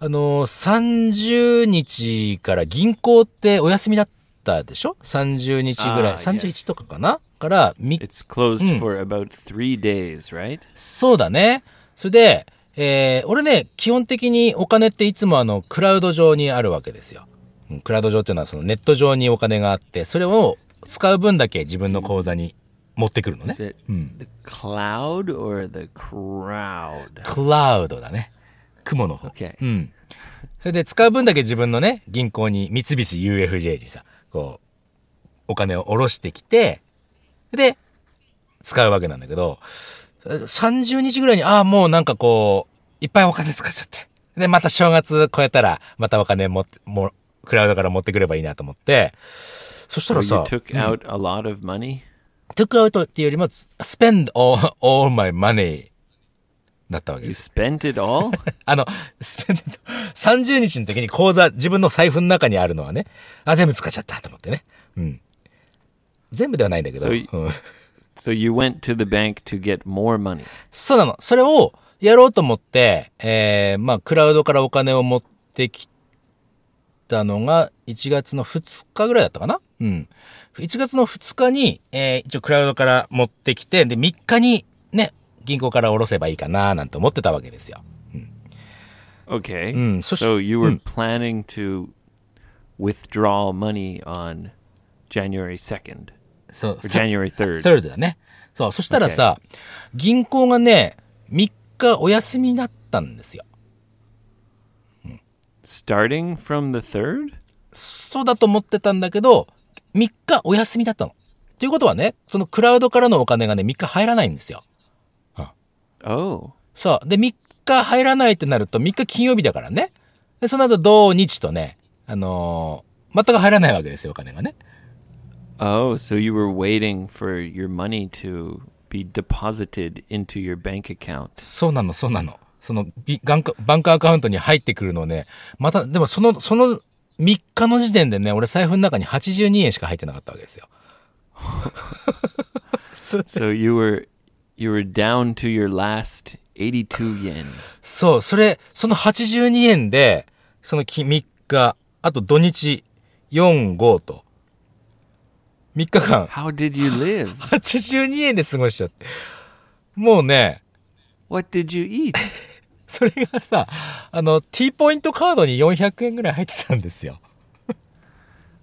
[SPEAKER 2] あのー、30日から銀行ってお休みだったでしょ ?30 日ぐらい、
[SPEAKER 1] あー
[SPEAKER 2] 31とかかなから、み
[SPEAKER 1] it's closed
[SPEAKER 2] Mm.
[SPEAKER 1] for about three days right
[SPEAKER 2] そうだね。それで、えー、俺ね、基本的にお金っていつもあの、クラウド上にあるわけですよ。うんクラウド上っていうのはそのネット上にお金があって、それを使う分だけ自分の口座に持ってくるのね
[SPEAKER 1] is。it Hmm. the cloud or the crowd
[SPEAKER 2] クラウドだね。雲の方。
[SPEAKER 1] Okay.
[SPEAKER 2] うん。それで使う分だけ自分のね、銀行に三菱 UFJ にさ、こう、お金を下ろしてきて、で、使うわけなんだけど、30日ぐらいに、ああ、もうなんかこう、いっぱいお金使っちゃって。で、また正月超えたら、またお金もって、もう、クラウドから持ってくればいいなと思って、そした
[SPEAKER 1] so
[SPEAKER 2] ら
[SPEAKER 1] you
[SPEAKER 2] さ、
[SPEAKER 1] took out a lot of money
[SPEAKER 2] took out っていうよりも、spend all, all my money だったわけ
[SPEAKER 1] you
[SPEAKER 2] です。
[SPEAKER 1] spent it all
[SPEAKER 2] あの、スペンデッド30日の時に口座、自分の財布の中にあるのはね、あ、全部使っちゃったと思ってね。うん。全部ではないんだけど。
[SPEAKER 1] そうい
[SPEAKER 2] うん
[SPEAKER 1] so you went to the bank to get more money
[SPEAKER 2] そうなの。それをやろうと思って、えー、まあ、クラウドからお金を持ってきたのが、1月の2日ぐらいだったかなうん。1月の2日に、えー、一応クラウドから持ってきて、で、3日にね、銀行から下ろせばいいかな、なんて思ってたわけですよ。
[SPEAKER 1] Okay.
[SPEAKER 2] うん、そし-
[SPEAKER 1] Hmm. so you were planning to withdraw money on January 2nd
[SPEAKER 2] そう
[SPEAKER 1] or。January 3rd.
[SPEAKER 2] 3rd だね。そう、そしたらさ、銀行がね、3日お休みだったんですよ。
[SPEAKER 1] Starting from the third?
[SPEAKER 2] そうだと思ってたんだけど、3日お休みだったの。ということはね、そのクラウドからのお金がね、3日入らないんですよ。
[SPEAKER 1] Oh.
[SPEAKER 2] そう。で、3日入らないってなると、3日金曜日だからね。で、その後、土日とね、あのー全く入らないわけですよ、お金がね。
[SPEAKER 1] Oh, so you were waiting for your money to be deposited into your bank account.
[SPEAKER 2] そうなの、そうなの。その、ビガンカバンクアカウントに入ってくるのね、また、でもその、その3日の時点でね、俺財布の中に82円しか入ってなかったわけですよ。
[SPEAKER 1] So you were you were down to your last 82 yen.
[SPEAKER 2] そう、それ、その82円で、そのき3日、あと土日、4、5と、3日間、
[SPEAKER 1] How did you live?
[SPEAKER 2] 82円で過ごしちゃって。もうね、
[SPEAKER 1] What did you eat?
[SPEAKER 2] それがさ、あの、T ポイントカードに400円ぐらい入ってたんですよ。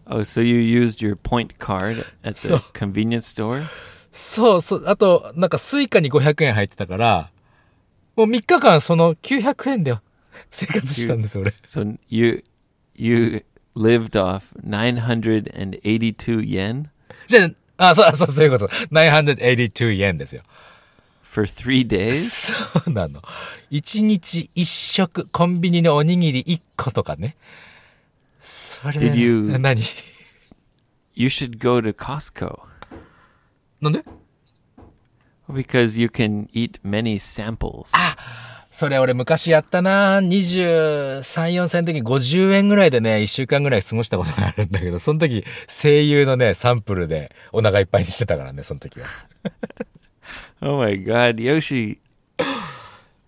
[SPEAKER 1] Oh, so you used your point card at the
[SPEAKER 2] So-
[SPEAKER 1] convenience store?
[SPEAKER 2] そうそう、あと、なんかスイカに500円入ってたから、もう3日間その900円で 生活したんですよ、俺。
[SPEAKER 1] So you you lived off 982 yen
[SPEAKER 2] じゃあ、あ、そうそう、そういうこと。982円ですよ。
[SPEAKER 1] for 3 days?
[SPEAKER 2] そうなの。1日1食、コンビニのおにぎり1個とかね。それ、
[SPEAKER 1] Did you-
[SPEAKER 2] 何
[SPEAKER 1] You should go to Costco
[SPEAKER 2] なんで
[SPEAKER 1] because you can eat many samples.
[SPEAKER 2] それ俺昔やったな23、4歳の時50円ぐらいでね、1週間ぐらい過ごしたことがあるんだけど、その時声優のね、サンプルでお腹いっぱいにしてたからね、その時は。
[SPEAKER 1] Oh my god, Yoshi,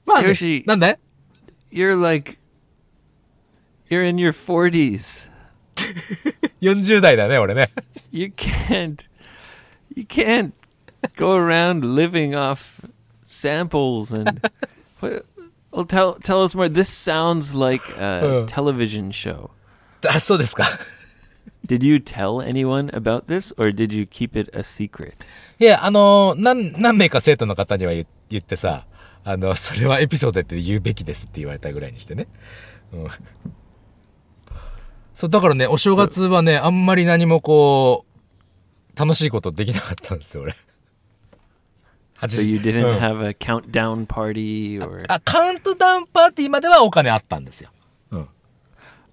[SPEAKER 2] ま
[SPEAKER 1] ねよし
[SPEAKER 2] なんで
[SPEAKER 1] you're like you're in your 40s.
[SPEAKER 2] ?40 代だね、俺ね。
[SPEAKER 1] You can't you can't go around living off samples and What- well tell tell us more. This sounds like a
[SPEAKER 2] Uh.
[SPEAKER 1] television show.
[SPEAKER 2] あ、そうですか。
[SPEAKER 1] Did you tell anyone about this or did you keep it a secret?
[SPEAKER 2] いや、あのー何、何名か生徒の方には言言ってさ、あの、それはエピソードって言うべきですって言われたぐらいにしてね。うん。そう、だからね、お正月はね、あんまり何もこう、楽しいことできなかったんですよ、俺。
[SPEAKER 1] So you
[SPEAKER 2] う
[SPEAKER 1] didn't
[SPEAKER 2] ん
[SPEAKER 1] have a countdown party or
[SPEAKER 2] あ、カウントダウンパーティーまではお金あったんですよ。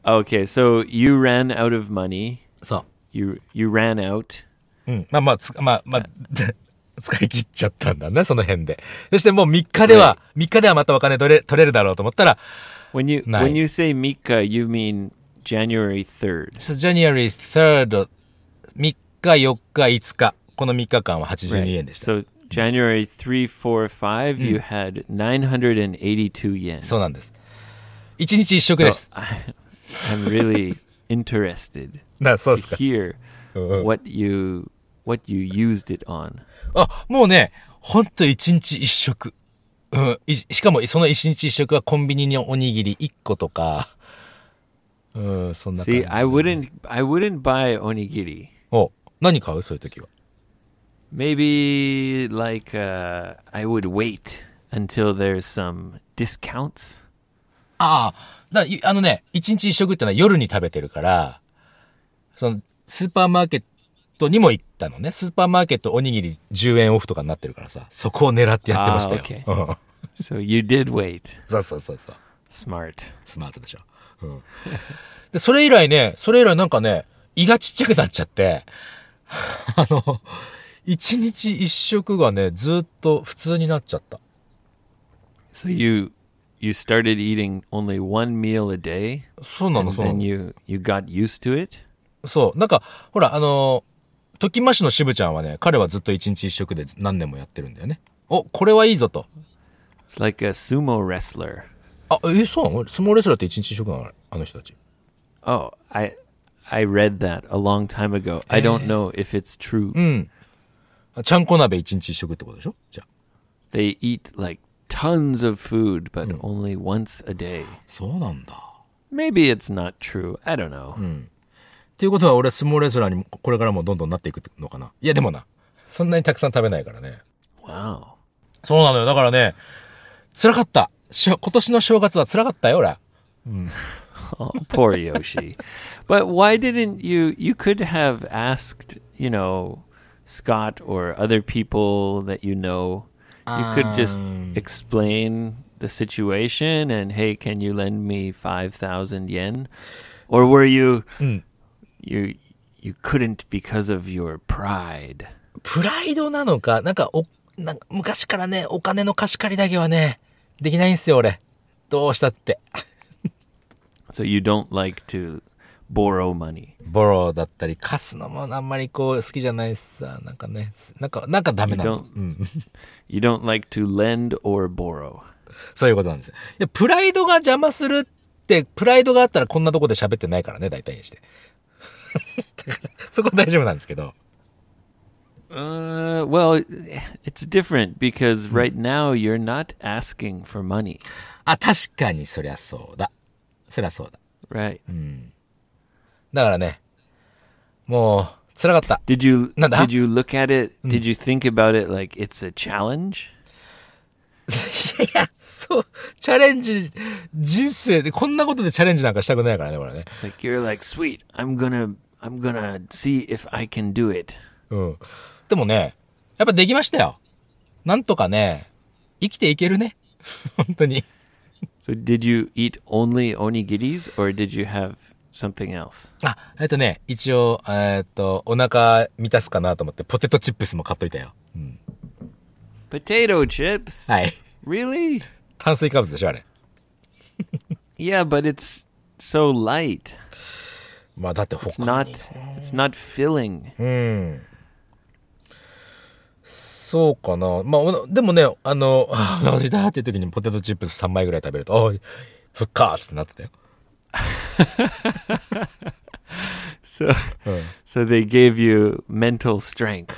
[SPEAKER 1] Okay, so you ran out of money.
[SPEAKER 2] そ
[SPEAKER 1] You you ran out.
[SPEAKER 2] う。うん。まあまあ、つまあまあ、 使い切っちゃったんだね、その辺で。そしてもう3日では、3日ではまたお金取れ、取れるだろうと思ったら、
[SPEAKER 1] When you
[SPEAKER 2] Nice.
[SPEAKER 1] when you say Mika, you mean January third.
[SPEAKER 2] So January 3rd, 3日、4日、5日。この3日間は82円でした。
[SPEAKER 1] So January three, four, five, you had nine hundred and eighty-two yen.
[SPEAKER 2] そうなんです。1日1食
[SPEAKER 1] So
[SPEAKER 2] です。
[SPEAKER 1] I, I'm really interested
[SPEAKER 2] な、そう
[SPEAKER 1] to
[SPEAKER 2] ですか。
[SPEAKER 1] hear
[SPEAKER 2] Uh-uh.
[SPEAKER 1] what you what you used it on.
[SPEAKER 2] あ、もうね、ほんと1日1食。うん。いしかも、その1日1食はコンビニのおにぎり1個とか。うん、そんな感じ。
[SPEAKER 1] See, I wouldn't I wouldn't buy onigiri.
[SPEAKER 2] お、何買うそういう時は。
[SPEAKER 1] Maybe like uh, I would wait until there's some discounts.
[SPEAKER 2] ああ、だいあのね、一日一食ってのは夜に食べてるから、その、スーパーマーケットにも行ったのね。スーパーマーケットおにぎり10円オフとかになってるからさ、そこを狙ってやってましたよ。
[SPEAKER 1] あ
[SPEAKER 2] うん
[SPEAKER 1] So you did wait.
[SPEAKER 2] そうそうそうそう。
[SPEAKER 1] Smart.
[SPEAKER 2] スマートでしょ。うん。で、それ以来ね、それ以来なんかね、胃がちっちゃくなっちゃって、 あの、一日一食がね、ずっと普通になっちゃった。
[SPEAKER 1] So you you started eating only one meal a day,
[SPEAKER 2] そうなの、
[SPEAKER 1] and
[SPEAKER 2] そうな
[SPEAKER 1] then
[SPEAKER 2] の。
[SPEAKER 1] you you got used to it.
[SPEAKER 2] そう。なんか、ほら、あのー、ときましの渋ちゃんはね、彼はずっと一日一食で何年もやってるんだよね。お、これはいいぞと。
[SPEAKER 1] It's like a sumo wrestler.
[SPEAKER 2] あ、え、そうなの相撲レスラーって一日一食なのあの人たち。
[SPEAKER 1] Oh, I I read that a long time ago. I don't know if it's true.
[SPEAKER 2] あちゃんこ鍋一日一食ってことでしょじゃあ。
[SPEAKER 1] They eat like tons of food, but only once a day.
[SPEAKER 2] そうなんだ。
[SPEAKER 1] Maybe it's not true. I don't know.
[SPEAKER 2] っていうことは俺は相撲レスラーにもこれからもどんどんなっていくのかな。いや、でもな。そんなにたくさん食べないからね。
[SPEAKER 1] Wow.
[SPEAKER 2] そうなのよ。だからね、辛かった。しょ今年の正月は辛かったよ、俺。
[SPEAKER 1] Oh, poor Yoshi. But why didn't you? You could have asked, you know, Scott or other people that you know. You could just explain the situation and, hey, can you lend me 5,000 yen? Or were you. You. You couldn't because of your pride.
[SPEAKER 2] プライドなのか、なんか、お、なんか昔からね、お金の貸し借りだけはね、できないんすよ、俺。どうしたって。
[SPEAKER 1] So you don't like to borrow money.
[SPEAKER 2] ボロだったり、貸すのもあんまりこう、好きじゃないしさ、なんかね、すなんか、なんかダメなの。
[SPEAKER 1] You don't- You don't like to lend or borrow.
[SPEAKER 2] そういうことなんですよ。で、プライドが邪魔するって、プライドがあったらこんなとこで喋ってないからね、大体にして。 だからそこは大丈夫なんですけど。
[SPEAKER 1] Uh, well, it's different because right now you're not asking for money,
[SPEAKER 2] あ、確かにそりゃそうだ。そりゃそうだ。
[SPEAKER 1] right?
[SPEAKER 2] だからね、もう、辛かった。
[SPEAKER 1] Did you
[SPEAKER 2] No, that-
[SPEAKER 1] did you look at it? Did you think about it like it's a challenge?
[SPEAKER 2] いや、そう、チャレンジ、人生で、こんなことでチャレンジなんかしたくないからね、これね。
[SPEAKER 1] Like you're like, sweet, I'm gonna I'm gonna see if I can do it.
[SPEAKER 2] うん。でもね、やっぱできましたよ。なんとかね、生きていけるね。 本当に。
[SPEAKER 1] So did you eat only onigiris or did you have something else?
[SPEAKER 2] あ、えっとね、一応、えっと、お腹満たすかなと思って、ポテトチップスも買っといたよ。
[SPEAKER 1] Potato chips?
[SPEAKER 2] はい。
[SPEAKER 1] Really?
[SPEAKER 2] 炭水化物でしょ、あれ。
[SPEAKER 1] Yeah, but it's so light.
[SPEAKER 2] まあ、だって他
[SPEAKER 1] It's
[SPEAKER 2] に
[SPEAKER 1] not it's not filling.
[SPEAKER 2] そうかな。まあおな、でもね、あの、あお腹すいたっていう時にポテトチップス3枚ぐらい食べると、あ復活ってなってたよ。
[SPEAKER 1] So so they gave you mental strength.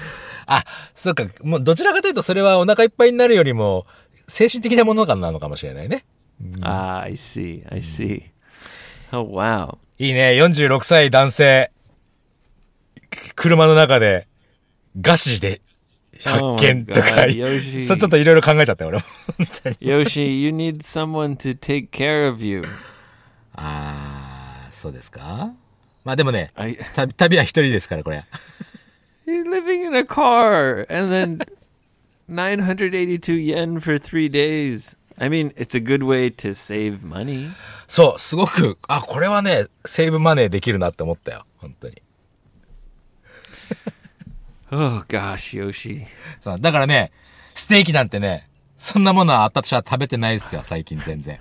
[SPEAKER 2] あ、そうか。もう、どちらかというと、それはお腹いっぱいになるよりも、精神的なものなのかもしれないね。
[SPEAKER 1] Ah, I see. I see. Oh wow.
[SPEAKER 2] いいね。46歳男性。く車の中で、餓死で、発
[SPEAKER 1] Oh my
[SPEAKER 2] 見とか、
[SPEAKER 1] God, Yoshi.
[SPEAKER 2] そうちょっといろいろ考えちゃったよ、俺も。本当に
[SPEAKER 1] Yoshi, you need someone to take care of you.
[SPEAKER 2] あー、そうですかまあでもね、
[SPEAKER 1] I
[SPEAKER 2] 旅旅は一人ですから、これ。
[SPEAKER 1] you're living in a car and then 982 yen for 3 days. I mean, it's a good way to save money.
[SPEAKER 2] そう、すごく、あ、これはね、セーブマネーできるなって思ったよ。本当に。
[SPEAKER 1] Oh gosh, Yoshi.
[SPEAKER 2] そう、だからね、ステーキなんてね、そんなものは私は食べてないですよ、最近全然。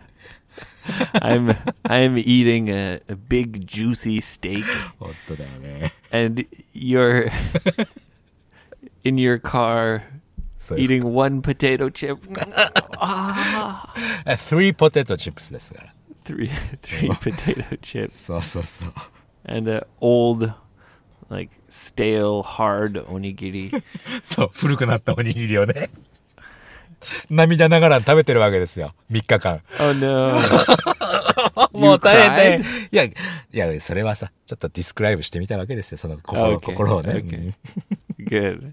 [SPEAKER 1] I'm I'm eating a, a big juicy steak
[SPEAKER 2] 本当だよね。
[SPEAKER 1] and you're in your car
[SPEAKER 2] そういう
[SPEAKER 1] eating one potato chip.
[SPEAKER 2] え、3ポテトチップスですから。
[SPEAKER 1] three three potato chips
[SPEAKER 2] そうそうそう。
[SPEAKER 1] and an old like stale hard onigiri
[SPEAKER 2] そう、古くなったおにぎりをね。涙ながら食べてるわけですよ。3日間。
[SPEAKER 1] oh no
[SPEAKER 2] もう大変だよ。いや、いや、それはさ、ちょっとディスクライブしてみたわけですよ。その心、
[SPEAKER 1] Okay,
[SPEAKER 2] 心をね。
[SPEAKER 1] okay.
[SPEAKER 2] うん
[SPEAKER 1] good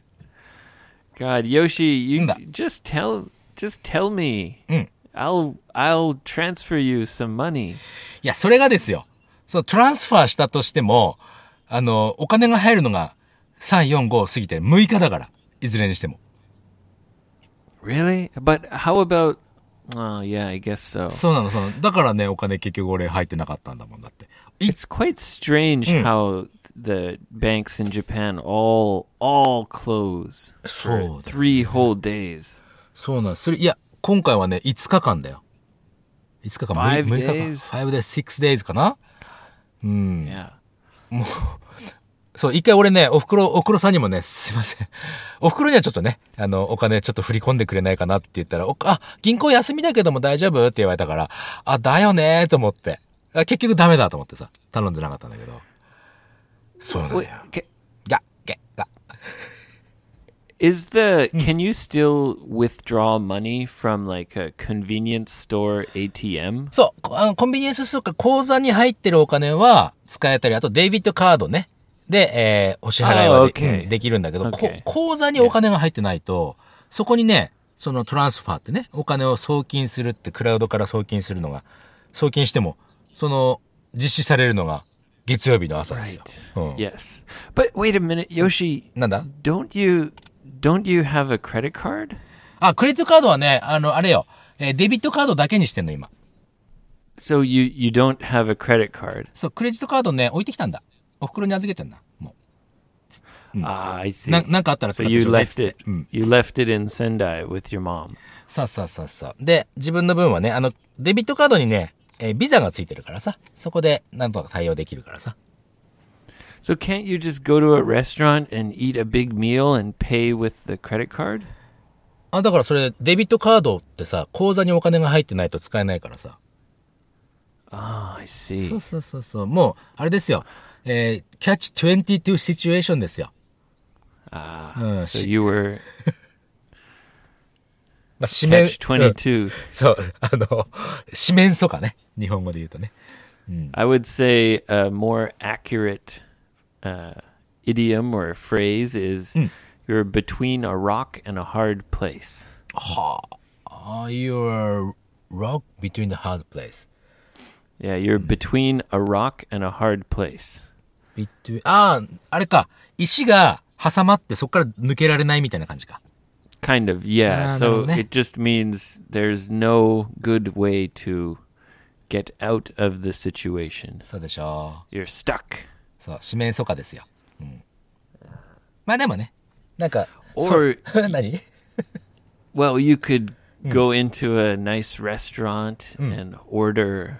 [SPEAKER 1] god yoshi you
[SPEAKER 2] Mm.
[SPEAKER 1] just tell just tell me
[SPEAKER 2] Mm.
[SPEAKER 1] i'll i'll transfer you some money
[SPEAKER 2] いや、それがですよ。そのトランスファーしたとしても、あの、お金が入るのが3、4、5過ぎて6日だから。いずれにしても。
[SPEAKER 1] really but how about oh yeah i guess so
[SPEAKER 2] そうなの、そうなの。だからね、お金結局俺入ってなかったんだもんだって。い
[SPEAKER 1] it's quite strange how the banks in japan all all close
[SPEAKER 2] そうだ。
[SPEAKER 1] three whole days
[SPEAKER 2] そうなの。それ、いや、今回はね、5日間だよ。5日間、
[SPEAKER 1] Five
[SPEAKER 2] 6, 日間。
[SPEAKER 1] days
[SPEAKER 2] 5 days, 6 days かな
[SPEAKER 1] yeah
[SPEAKER 2] そう、一回俺ね、お袋、お袋さんにもね、 すいません。お袋にはちょっとね、あの、お金ちょっと振り込んでくれないかなって言ったら、おあ、銀行休みだけども大丈夫って言われたから、あ、だよねーと思って。あ結局ダメだと思ってさ、頼んでなかったんだけど。そうなんだよ。
[SPEAKER 1] Ca-
[SPEAKER 2] が、げ、が。
[SPEAKER 1] Is the can you still withdraw money from like a convenience store ATM?
[SPEAKER 2] そう、こあの、コンビニエンスストアか口座に入ってるお金は使えたり、あとデイビットカードね。で、えーお支払いはで,、
[SPEAKER 1] あー OK
[SPEAKER 2] うんできるんだけど、こ
[SPEAKER 1] OK
[SPEAKER 2] 口座にお金が入ってないと、そこにね、そのトランスファーってね、お金を送金するって、クラウドから送金するのが、送金しても、その、実施されるのが、月曜日の朝ですよ。うん
[SPEAKER 1] Yes. But wait a minute, Yoshi.
[SPEAKER 2] なんだ
[SPEAKER 1] Don't you don't you have a credit card?
[SPEAKER 2] あ、クレジットカードはね、あの、あれよ、えーデビットカードだけにしてんの、今。
[SPEAKER 1] So you you don't have a credit card.
[SPEAKER 2] そう、クレジットカードね、置いてきたんだ。お袋に預けてんだ。も
[SPEAKER 1] Ah, I see.
[SPEAKER 2] う。な、なんかあったら
[SPEAKER 1] so
[SPEAKER 2] 使ってちょ
[SPEAKER 1] you
[SPEAKER 2] うだいっ
[SPEAKER 1] left
[SPEAKER 2] つって
[SPEAKER 1] it.
[SPEAKER 2] うん。
[SPEAKER 1] You left it in Sendai with your mom.
[SPEAKER 2] さあさあさあさあ。で、自分の分はね、あの、デビットカードにね、えービザがついてるからさ、そこでなんとか対応できるからさ。
[SPEAKER 1] So can't you just go to a restaurant and eat a big meal and pay with the credit card?
[SPEAKER 2] あ、だからそれ、デビットカードってさ、口座にお金が入ってないと使えないからさ。
[SPEAKER 1] Ah, I see.
[SPEAKER 2] そうそうそうそう。もう、あれですよ。えー、キャッチ22シチュエーションですよ。
[SPEAKER 1] Ah,
[SPEAKER 2] うん。
[SPEAKER 1] so
[SPEAKER 2] し
[SPEAKER 1] you were
[SPEAKER 2] まあ、四面、
[SPEAKER 1] catch
[SPEAKER 2] うん
[SPEAKER 1] 22.
[SPEAKER 2] そう、あの、四面楚歌ね。日本語で言うとね。
[SPEAKER 1] I would say a more accurate uh, idiom or phrase is
[SPEAKER 2] Hmm.
[SPEAKER 1] you're between a rock and a hard place.
[SPEAKER 2] ああ、you're rock between the hard place.
[SPEAKER 1] Yeah, you're
[SPEAKER 2] Hmm.
[SPEAKER 1] between a rock and a hard place.
[SPEAKER 2] between, ああ、あれか。石が挟まってそこから抜けられないみたいな感じか。
[SPEAKER 1] Kind of, yeah.
[SPEAKER 2] Ah,
[SPEAKER 1] so
[SPEAKER 2] no, no.
[SPEAKER 1] it just means there's no good way to get out of the situation.
[SPEAKER 2] そうでしょう。
[SPEAKER 1] You're stuck.
[SPEAKER 2] そう、四面楚歌ですよ。うん。まあでもね、なんか、
[SPEAKER 1] Or-
[SPEAKER 2] そう 何
[SPEAKER 1] Well, you could go into a nice restaurant and order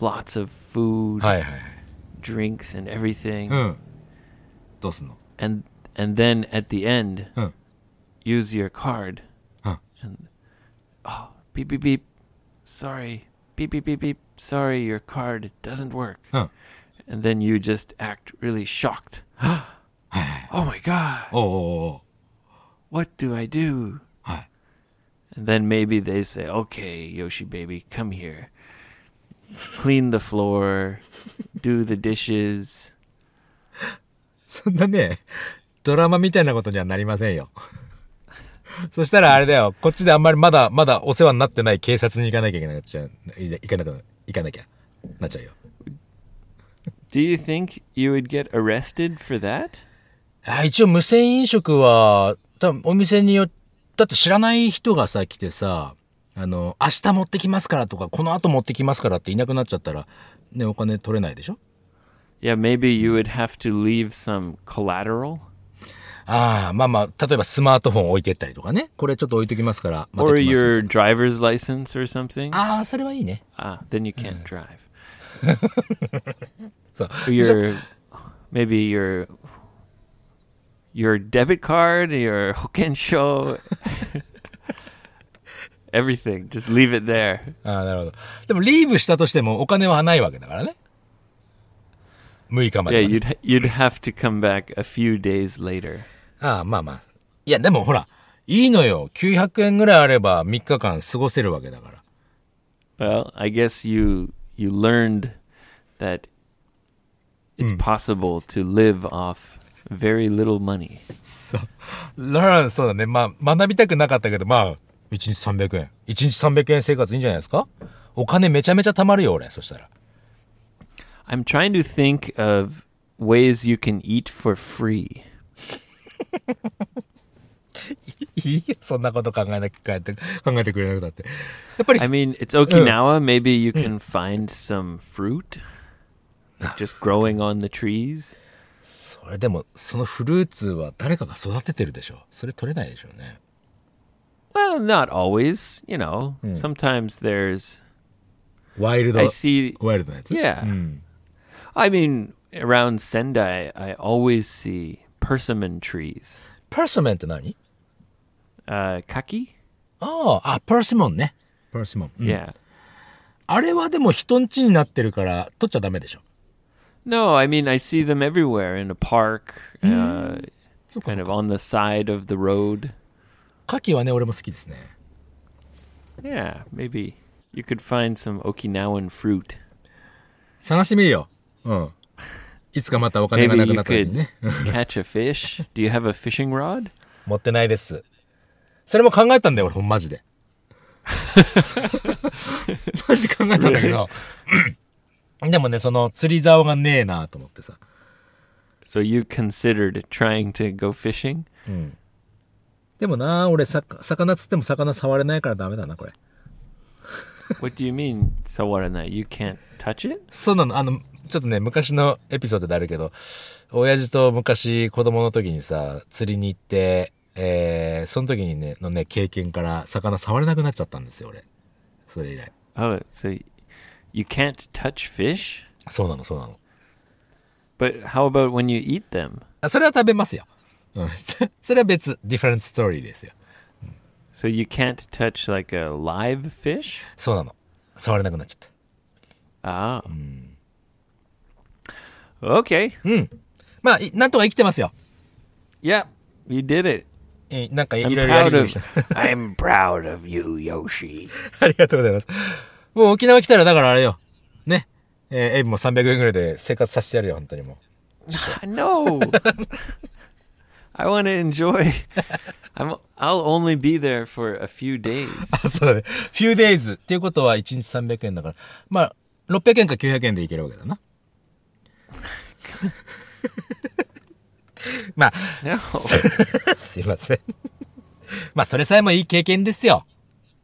[SPEAKER 1] lots of food,
[SPEAKER 2] はいはいはい。
[SPEAKER 1] drinks, and everything.
[SPEAKER 2] うん。どうすんの
[SPEAKER 1] and and then at the end,
[SPEAKER 2] Huh.
[SPEAKER 1] use your card.
[SPEAKER 2] Huh.
[SPEAKER 1] And oh, beep beep beep, sorry, beep beep beep beep, sorry, your card doesn't work.
[SPEAKER 2] うん。
[SPEAKER 1] And then you just act really shocked. oh my god,
[SPEAKER 2] おうおうおう
[SPEAKER 1] what do I do?
[SPEAKER 2] Huh.
[SPEAKER 1] And then maybe they say, "Okay, Yoshi baby, come here. Clean the floor, do the dishes."
[SPEAKER 2] そんなね、ドラマみたいなことにはなりませんよ。 そしたらあれだよ、こっちであんまりまだ、まだお世話になってない警察に行かなきゃいけなくなっちゃう。い行かなくな、行かなきゃ、なっちゃうよ。
[SPEAKER 1] Do you think you would get arrested for that?
[SPEAKER 2] あ一応無銭飲食は、多分お店によっだって知らない人がさ、来てさ、あの、明日持ってきますからとか、この後持ってきますからっていなくなっちゃったら、ね、お金取れないでしょ
[SPEAKER 1] Yeah, maybe you would have to leave some collateral,
[SPEAKER 2] ああ、まあまあ、例えばスマートフォン置いてったりとかね。これちょっと置いときますから、また
[SPEAKER 1] or
[SPEAKER 2] 来ますみた
[SPEAKER 1] your
[SPEAKER 2] いな
[SPEAKER 1] driver's license or something. Ah,
[SPEAKER 2] ああ、それはいいね。
[SPEAKER 1] then you can't drive.
[SPEAKER 2] そう。
[SPEAKER 1] Or
[SPEAKER 2] そう
[SPEAKER 1] your maybe your your debit card, your hokensho, everything. Just leave it there.
[SPEAKER 2] ああ、なるほど。でも、リーブしたとしてもお金はないわけだからね。6日ま
[SPEAKER 1] Yeah,
[SPEAKER 2] ではね、
[SPEAKER 1] you'd you'd have to come back a few days later.
[SPEAKER 2] ああ、まあまあ。いや、でもほら、いいのよ。900円ぐらいあれば3日間過ごせるわけだから。
[SPEAKER 1] Well, I guess you you learned that it's possible to live off very little money.
[SPEAKER 2] そう。ラン、そうだね。まあ、学びたくなかったけど、まあ、1日300円。1日300円生活いいんじゃないですかお金めちゃめちゃ貯まるよ、俺。そしたら。
[SPEAKER 1] I'm trying to think of ways you can eat for free.
[SPEAKER 2] いいよ、そんなこと考えなきゃ考えて、考えてくれなくたって。やっぱり、
[SPEAKER 1] I mean, it's Okinawa. Maybe you can find some fruit just growing on the trees.
[SPEAKER 2] それでも、そのフルーツは誰かが育ててるでしょ。それ取れないでしょうね。
[SPEAKER 1] Well, not always, you know. Sometimes there's.
[SPEAKER 2] ワイルド、
[SPEAKER 1] I see.
[SPEAKER 2] ワイルドなやつ。
[SPEAKER 1] Yeah. I mean, around Sendai, I always see persimmon trees.
[SPEAKER 2] パーシモンって何
[SPEAKER 1] Uh, kaki?
[SPEAKER 2] ああ、あ、パーシモンね。パーシモン。うん
[SPEAKER 1] Yeah.
[SPEAKER 2] あれはでも人ん家になってるから、取っちゃダメでしょ。
[SPEAKER 1] No, I mean, I see them everywhere in a park, uh,
[SPEAKER 2] そうか
[SPEAKER 1] kind of on the side of the road.
[SPEAKER 2] 牡蠣はね、俺も好きですね。
[SPEAKER 1] Yeah, maybe you could find some Okinawan fruit.
[SPEAKER 2] 探してみるよ。うん。いつかまたお金が
[SPEAKER 1] Maybe
[SPEAKER 2] なく
[SPEAKER 1] you
[SPEAKER 2] なった時
[SPEAKER 1] could
[SPEAKER 2] に
[SPEAKER 1] catch a
[SPEAKER 2] ね。
[SPEAKER 1] fish. Do you have a fishing rod?
[SPEAKER 2] 持ってないです。それも考えたんだよ、俺、ほんまマジで。マジで考えたんだけど。でもね、その釣り竿がねえなと思ってさ。
[SPEAKER 1] So you considered trying to go fishing?
[SPEAKER 2] でもな俺さ、魚釣っても魚触れないからダメだな、これ。
[SPEAKER 1] What do you mean, sawarana? You can't touch it?
[SPEAKER 2] そうなの、あの、ちょっとね、昔のエピソードであるけど、親父と昔子供の時にさ、釣りに行って、えー、その時にね、のね、経験から魚触れなくなっちゃったんですよ、俺。それ以来。
[SPEAKER 1] Oh, so you can't touch fish?
[SPEAKER 2] そうなの、そうなの。
[SPEAKER 1] But how about when you eat them?
[SPEAKER 2] あそれは食べますよ。うん。そ それは別、ディフェンストーリーですよ。
[SPEAKER 1] So you can't touch like a live fish?
[SPEAKER 2] そうなの。触れなくなっちゃった。
[SPEAKER 1] Ah. Okay.
[SPEAKER 2] まあ、いなんとか生きてますよ。
[SPEAKER 1] Yeah, you did it.
[SPEAKER 2] えーなんかいろ
[SPEAKER 1] I'm
[SPEAKER 2] いろやり
[SPEAKER 1] proud
[SPEAKER 2] くり
[SPEAKER 1] of
[SPEAKER 2] した。
[SPEAKER 1] I'm proud of you, Yoshi.
[SPEAKER 2] ありがとうございます。もう沖縄来たらだからあれよ。ね。えー、エイブも300円ぐらいで生活させてやるよ、本当にもう。
[SPEAKER 1] no. I want to enjoy. I'm, I'll only be there for a few days.
[SPEAKER 2] あ そうだね。few days っていうことは1日300円だから。まあ、600円か900円でいけるわけだな。 まあ、
[SPEAKER 1] No.
[SPEAKER 2] すいません。まあ、それさえもいい経験ですよ。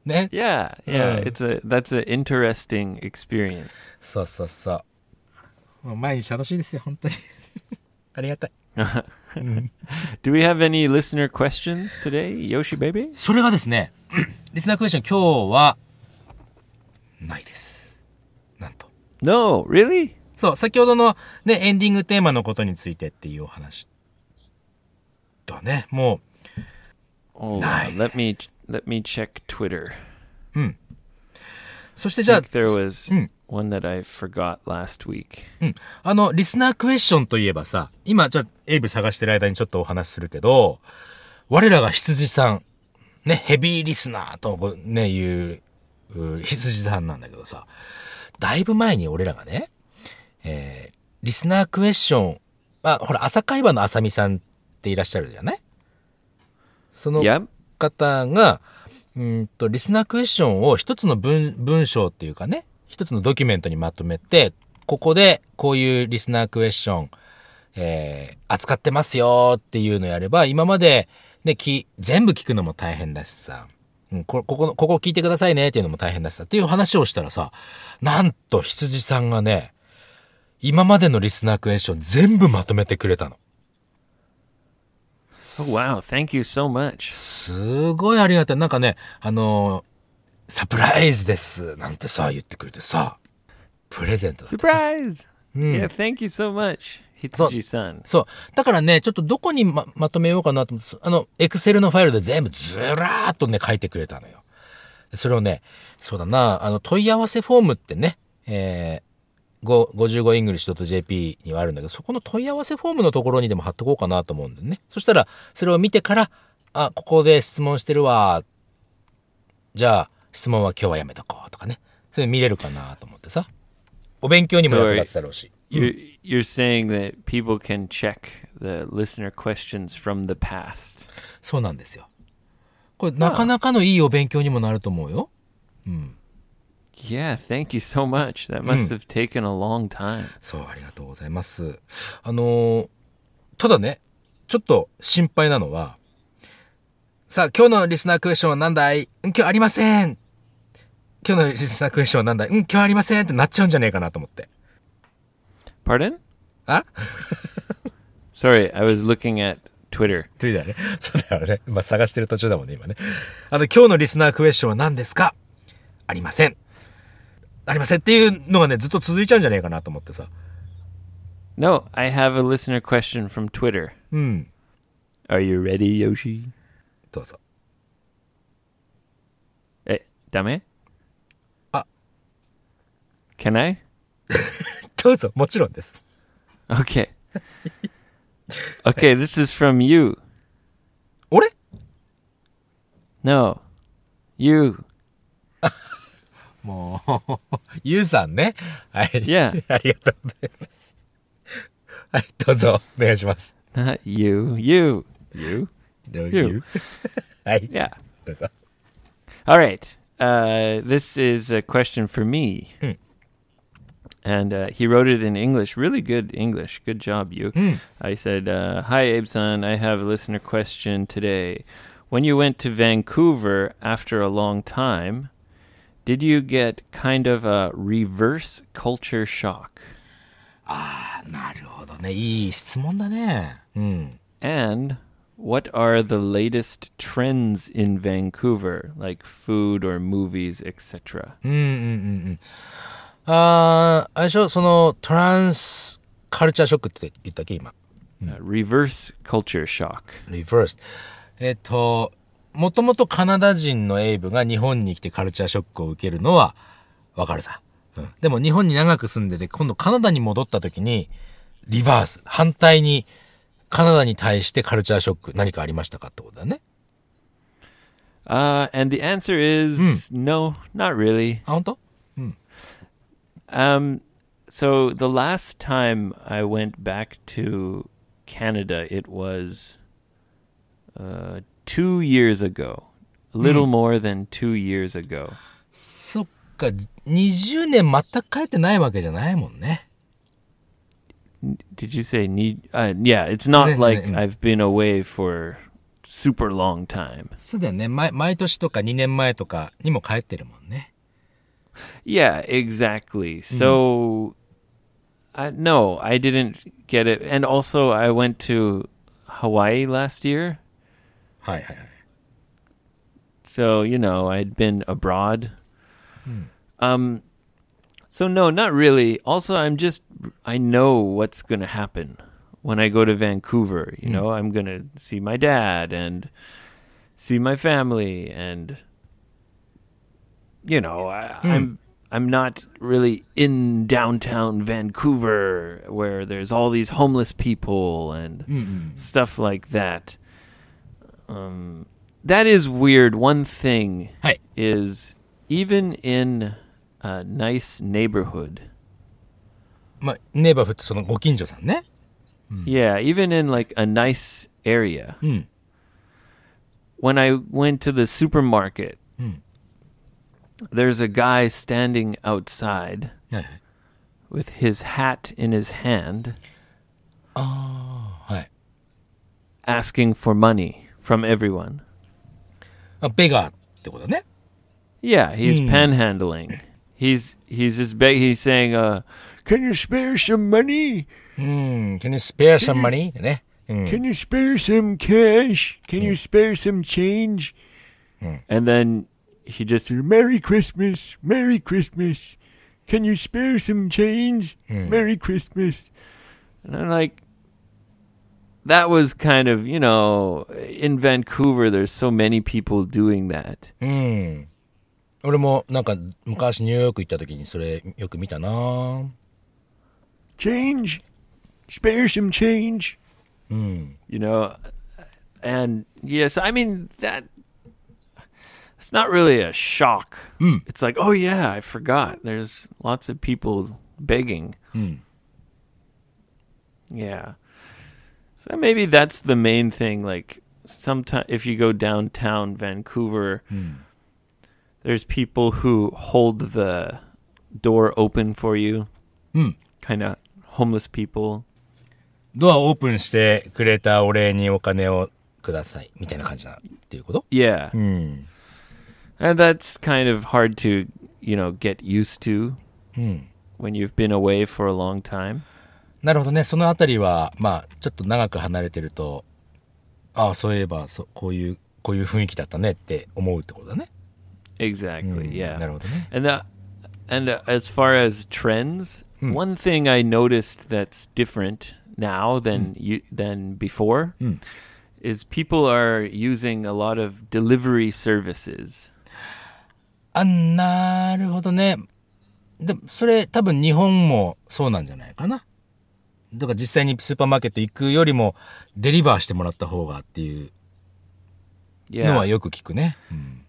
[SPEAKER 2] ね。
[SPEAKER 1] Yeah, yeah.
[SPEAKER 2] Mm.
[SPEAKER 1] It's a that's an interesting experience.
[SPEAKER 2] そうそうそう。もう毎日楽しいですよ、本当に。ありがたい。
[SPEAKER 1] Do we have any listener questions today, Yoshi baby?
[SPEAKER 2] それがですね、リスナークエスチョン今日は、ないです。なんと。
[SPEAKER 1] No, really?
[SPEAKER 2] そう、先ほどのね、エンディングテーマのことについてっていうお話。だね、も
[SPEAKER 1] Oh,
[SPEAKER 2] Nice.
[SPEAKER 1] let me let me check Twitter.
[SPEAKER 2] う。そしてじゃ
[SPEAKER 1] I
[SPEAKER 2] あ
[SPEAKER 1] think、there was
[SPEAKER 2] Mm.
[SPEAKER 1] one that I forgot last week.
[SPEAKER 2] うん。あの、リスナークエスチョンといえばさ、今、じゃあ、エイブ探してる間にちょっとお話しするけど、我らが羊さん、ね、ヘビーリスナーとこうね、いう、う羊さんなんだけどさ、だいぶ前に俺らがね、えー、リスナークエスチョン、あ、ほら、朝会話のあさみさんっていらっしゃるじゃないその
[SPEAKER 1] Yep.
[SPEAKER 2] 方が、うーんと、リスナークエスチョンを一つの文、文章っていうかね、一つのドキュメントにまとめて、ここでこういうリスナークエスチョン、えー、扱ってますよっていうのやれば、今まで、ね、き、全部聞くのも大変だしさ、うん、こ、ここの、ここ聞いてくださいねっていうのも大変だしさ、っていう話をしたらさ、なんと羊さんがね、今までのリスナークエスチョン全部まとめてくれたの。
[SPEAKER 1] Oh wow, thank you so much.
[SPEAKER 2] すごいありがたい。なんかね、あのーサプライズですなんてさ、言ってくれてさ、プレゼントだってさ
[SPEAKER 1] Surprise! Yeah, thank you so much, Hitsuji-san.
[SPEAKER 2] そう。だからね、ちょっとどこにま、まとめようかなと思ってそ、あの、エクセルのファイルで全部ずらーっとね、書いてくれたのよ。それをね、そうだな、あの、問い合わせフォームってね、えー、ご 55english.jp にはあるんだけど、そこの問い合わせフォームのところにでも貼っとこうかなと思うんだよね。そしたら、それを見てから、あ、ここで質問してるわ。じゃあ、質問は今日はやめとこうとかね。それ見れるかなと思ってさ。お勉強にも役立つだろうし。
[SPEAKER 1] You're you're saying that people can check the listener questions from the past.
[SPEAKER 2] そうなんですよ。これ、なかなかのいいお勉強にもなると思うよ。
[SPEAKER 1] Yeah, thank you so much. That must have taken a long time.
[SPEAKER 2] そう、ありがとうございます。あのーただね、ちょっと心配なのは、さあ、今日のリスナークエスチョンは何だいうん、今日ありません今日のリスナークエスチョンは何だいうん、今日ありませんってなっちゃうんじゃねえかなと思って。
[SPEAKER 1] Pardon?
[SPEAKER 2] あ
[SPEAKER 1] Sorry, I was looking at Twitter.
[SPEAKER 2] ついだよね。そうだよね。まあ、探してる途中だもんね、今ね。あの、今日のリスナークエスチョンは何ですかありません。ありませんっていうのがね、ずっと続いちゃうんじゃねえかなと思ってさ。
[SPEAKER 1] No, I have a listener question from Twitter.
[SPEAKER 2] うん。
[SPEAKER 1] Are you ready, Yoshi?
[SPEAKER 2] どうぞ。
[SPEAKER 1] Eh, dame?
[SPEAKER 2] Ah.
[SPEAKER 1] Can I?
[SPEAKER 2] どうぞ、もちろんです。
[SPEAKER 1] Okay. okay, this is from you.
[SPEAKER 2] 俺
[SPEAKER 1] No. You.
[SPEAKER 2] もう、 ゆうさんね。はい。
[SPEAKER 1] Yeah.
[SPEAKER 2] ありがとうございます。はい、どうぞ、お願いします。
[SPEAKER 1] Not you. You. You.
[SPEAKER 2] Do
[SPEAKER 1] You.
[SPEAKER 2] はい。
[SPEAKER 1] Yeah.
[SPEAKER 2] ってさ。
[SPEAKER 1] All right. Uh, this is a question for me. And uh, he wrote it in English, really good English. Good job, you. I said, uh, Hi, Abe san. I have a listener question today. When you went to Vancouver after a long time, did you get kind of a reverse culture shock?
[SPEAKER 2] なるほどね。いい質問だね。うん。
[SPEAKER 1] And what are the latest trends in Vancouver, like food or movies, etc.?
[SPEAKER 2] うんうんうんうん。あー、あれでしょその、トランスカルチャーショックって言ったっけ今。
[SPEAKER 1] Uh, reverse culture shock.
[SPEAKER 2] リバース。えっと、もともとカナダ人のエイブが日本に来てカルチャーショックを受けるのはわかるさ。うん。でも日本に長く住んでて、今度カナダに戻った時に、リバース、反対に、カナダに対してカルチャーショック何かありましたかってことだね。
[SPEAKER 1] Uh, and the answer is no, not really.
[SPEAKER 2] あ、本当？
[SPEAKER 1] Um, so the last time I went back to Canada, it was uh, two years ago, a little more than two years ago.
[SPEAKER 2] そっか、20年全く帰ってないわけじゃないもんね。
[SPEAKER 1] Did you say need? Uh, yeah, it's not
[SPEAKER 2] Mm,
[SPEAKER 1] like
[SPEAKER 2] mm, mm.
[SPEAKER 1] I've been away for super long time.
[SPEAKER 2] そうだよね。毎毎年とか2年前とかにも帰ってるもんね。
[SPEAKER 1] Yeah, exactly. So, I, no, I didn't get it. And also, I went to Hawaii last year.
[SPEAKER 2] はいはいはい。
[SPEAKER 1] So, you know, I'd been abroad. Um, so, no, not really. Also, I'm just, I know what's going to happen when I go to Vancouver. You know, I'm going to see my dad and see my family and you know I, i'm i'm not really in downtown vancouver where there's all these homeless people and stuff like that um that is weird one thing
[SPEAKER 2] Hi.
[SPEAKER 1] is even in a nice neighborhood
[SPEAKER 2] まあ、ネイバーフってそのご近所さんね。
[SPEAKER 1] Yeah, even in like a nice area.
[SPEAKER 2] Hmm.
[SPEAKER 1] When I went to the supermarket, there's a guy standing outside
[SPEAKER 2] はいはい。
[SPEAKER 1] with his hat in his hand
[SPEAKER 2] はい。
[SPEAKER 1] asking for money from everyone.
[SPEAKER 2] あ、ベガーってことね。
[SPEAKER 1] Yeah, he's panhandling. He's he's just beg- he's saying, uh, "Can you spare some money?
[SPEAKER 2] うん。Can you spare some money? ね。うん。
[SPEAKER 1] Can you spare some cash? Can you spare some change?" And then he just Merry Christmas, Merry Christmas. Can you spare some change? Merry Christmas. And I'm like that was kind of, you know, in Vancouver there's so many people doing that.
[SPEAKER 2] うん。俺もなんか昔ニューヨーク行った時にそれよく見たなぁ
[SPEAKER 1] Change. Spare some change. You know, and yes, I mean that. It's not really a shock. It's like, oh yeah, I forgot. There's lots of people begging. Yeah. So maybe that's the main thing. Like sometimes, if you go downtown Vancouver, there's people who hold the door open for you. Kind of homeless people.
[SPEAKER 2] ドアオープンしてくれたお礼にお金をください。みたいな感じなっていうこと
[SPEAKER 1] Yeah.
[SPEAKER 2] うん。
[SPEAKER 1] And that's kind of hard to, you know, get used to when you've been away for a long time.
[SPEAKER 2] なるほどね。そのあたりは、まあ、ちょっと長く離れてると、ああ、そういえば、そう、こういう、こういう雰囲気だったねって思うってことだね。Hmm.
[SPEAKER 1] Exactly. Yeah.
[SPEAKER 2] なるほどね。
[SPEAKER 1] And the, and uh, as far as trends, one thing I noticed that's different now than you than before is people are using a lot of delivery services.
[SPEAKER 2] あ、なるほどね。で、それ多分日本もそうなんじゃないかな。だから実際にスーパーマーケット行くよりもデリバーしてもらった方がっていうの
[SPEAKER 1] Yeah.
[SPEAKER 2] はよく聞くね。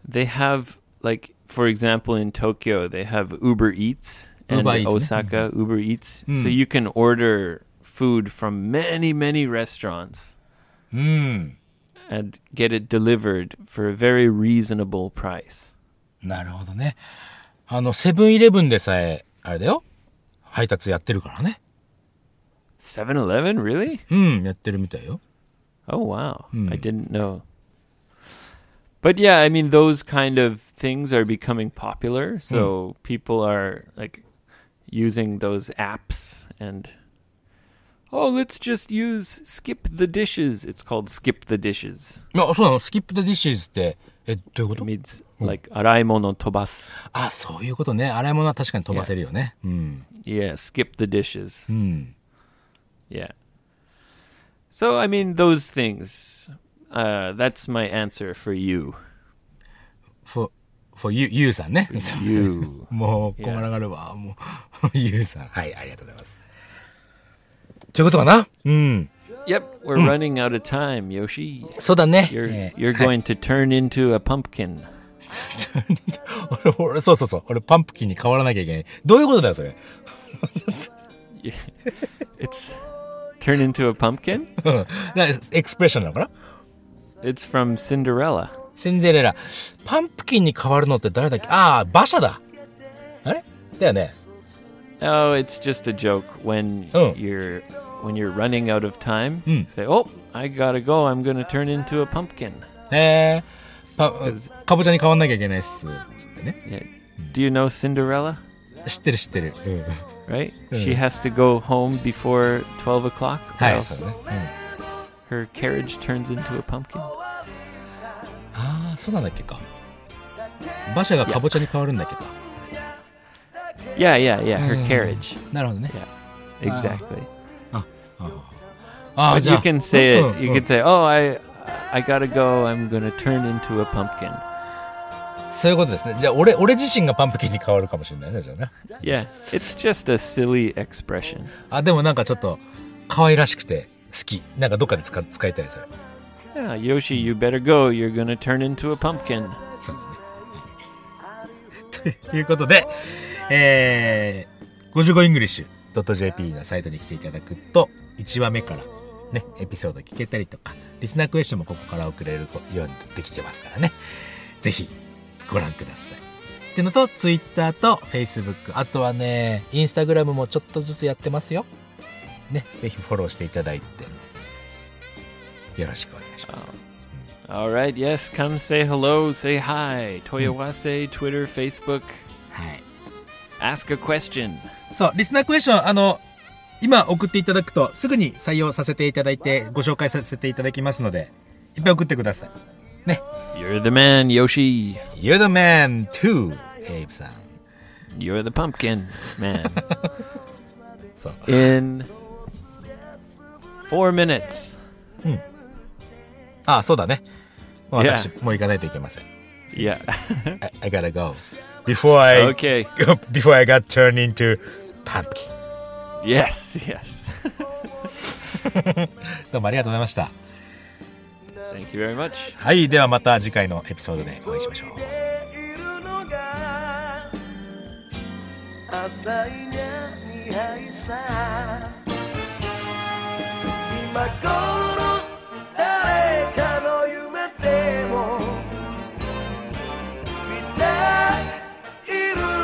[SPEAKER 1] they have like for example in Tokyo they have Uber Eats and
[SPEAKER 2] Uber Eats, yeah. Mm-hmm. Hmm.
[SPEAKER 1] Osaka Uber Eats so you can order food from many many restaurants
[SPEAKER 2] うん。
[SPEAKER 1] and get it delivered for a very reasonable price.
[SPEAKER 2] なるほどね。あの、セブンイレブンでさえ、あれだよ。配達やってるからね。
[SPEAKER 1] Seven Eleven, really?
[SPEAKER 2] うん、やってるみたいよ。
[SPEAKER 1] Oh wow, I didn't know. But yeah, I mean those kind of things are becoming popular, so people are like using those apps and oh, let's just use Skip the Dishes. It's called Skip the Dishes.
[SPEAKER 2] あ、そうなのスキップ・ザ・ディッシーズって、え、どういうこ
[SPEAKER 1] It
[SPEAKER 2] と
[SPEAKER 1] means like araimono tobas.
[SPEAKER 2] あ、そういうことね。洗い物は確かに飛ばせるよね。うん。
[SPEAKER 1] Yeah, skip the dishes.
[SPEAKER 2] うん。
[SPEAKER 1] Yeah. So I mean those things. Uh, that's my answer for you.
[SPEAKER 2] for, for you, you さんね。
[SPEAKER 1] You.
[SPEAKER 2] もう、困らがるわ。もう、 ゆうさん。はい、ありがとうございます。ということかなうん。
[SPEAKER 1] yep, we're
[SPEAKER 2] Hmm.
[SPEAKER 1] running out of time, Yoshi.
[SPEAKER 2] そうだね。
[SPEAKER 1] You're
[SPEAKER 2] えー
[SPEAKER 1] you're going to turn into a pumpkin.
[SPEAKER 2] 俺、俺、そうそうそう。俺、パンプキンに変わらなきゃいけない。どういうことだよ、それ。
[SPEAKER 1] It's turn into a pumpkin.
[SPEAKER 2] うんなエクスプレッションなのかな
[SPEAKER 1] It's from Cinderella.
[SPEAKER 2] シンデレラ。パンプキンに変わるのって誰だっけああ、馬車だ。あれだよね。
[SPEAKER 1] Oh, it's just a joke when
[SPEAKER 2] Oh.
[SPEAKER 1] you're when you're running out of time.
[SPEAKER 2] Hmm.
[SPEAKER 1] Say, "Oh, I got to go. I'm going to turn into a pumpkin."
[SPEAKER 2] えー、パ、かぼちゃに変わんなきゃいけないっす。つってね。
[SPEAKER 1] Yeah.
[SPEAKER 2] Hmm.
[SPEAKER 1] Do you know Cinderella?
[SPEAKER 2] 知ってる知ってる。うん。
[SPEAKER 1] right?
[SPEAKER 2] Yeah.
[SPEAKER 1] She has to go home before 12 o'clock, or
[SPEAKER 2] はい、
[SPEAKER 1] else
[SPEAKER 2] そうだね。
[SPEAKER 1] her carriage turns into a pumpkin.
[SPEAKER 2] うん、ああ、そうなんだっけか。馬車がかぼちゃに変わるんだっけか。
[SPEAKER 1] Yeah, yeah, yeah, her
[SPEAKER 2] Mm.
[SPEAKER 1] carriage.
[SPEAKER 2] なるほどね。
[SPEAKER 1] Yeah, exactly.
[SPEAKER 2] ああ、
[SPEAKER 1] But
[SPEAKER 2] じゃあ。
[SPEAKER 1] you can say
[SPEAKER 2] うん
[SPEAKER 1] it. You
[SPEAKER 2] うん
[SPEAKER 1] can say, oh, I, I gotta go. I'm gonna turn into a pumpkin.
[SPEAKER 2] そういうことですね。じゃあ、俺、俺自身がパンプキンに変わるかもしれないね、じゃあね。
[SPEAKER 1] Yeah, it's just a silly expression.
[SPEAKER 2] あ、でもなんかちょっと、可愛らしくて、好き。なんかどっかで使使いたい、それ。
[SPEAKER 1] Yeah, Yoshi, you better go. You're gonna turn into a pumpkin.
[SPEAKER 2] そうね。 ということで、えー、55english.jp のサイトに来ていただくと、1話目からね、エピソード聞けたりとか、リスナークエスチョンもここから送れるようにできてますからね。ぜひ、ご覧ください。ってのと、Twitter と Facebook、あとはね、Instagram もちょっとずつやってますよ。ね、ぜひフォローしていただいて、よろしくお願いします。
[SPEAKER 1] All right, yes, come say hello, say hi. Toyowase, Twitter, Facebook.
[SPEAKER 2] はい。
[SPEAKER 1] Ask a question.
[SPEAKER 2] そう、リスナークエスチョン、あの、今送っていただくと、すぐに採用させていただいて、ご紹介させていただきますので、いっぱい送ってください。
[SPEAKER 1] You're the man, Yoshi.
[SPEAKER 2] You're the man too, エイブさん。
[SPEAKER 1] You're the pumpkin man.
[SPEAKER 2] そう。
[SPEAKER 1] In four minutes.
[SPEAKER 2] あ、そうだね。もう
[SPEAKER 1] Yeah.
[SPEAKER 2] 私、もう行かないといけません。
[SPEAKER 1] Yeah.
[SPEAKER 2] I, I gotta go. Before I,
[SPEAKER 1] okay.
[SPEAKER 2] before I got turned into pumpkin.
[SPEAKER 1] Yes. Yes.
[SPEAKER 2] どうもありがとうございました。
[SPEAKER 1] Thank you very much.
[SPEAKER 2] はい、ではまた次回のエピソードでお会いしましょう。
[SPEAKER 4] Atay niya nihai sa Imagoro no dareka no yumete mo Mitai iru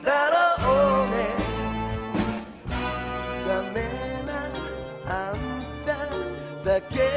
[SPEAKER 4] darou ne Dame na anta dake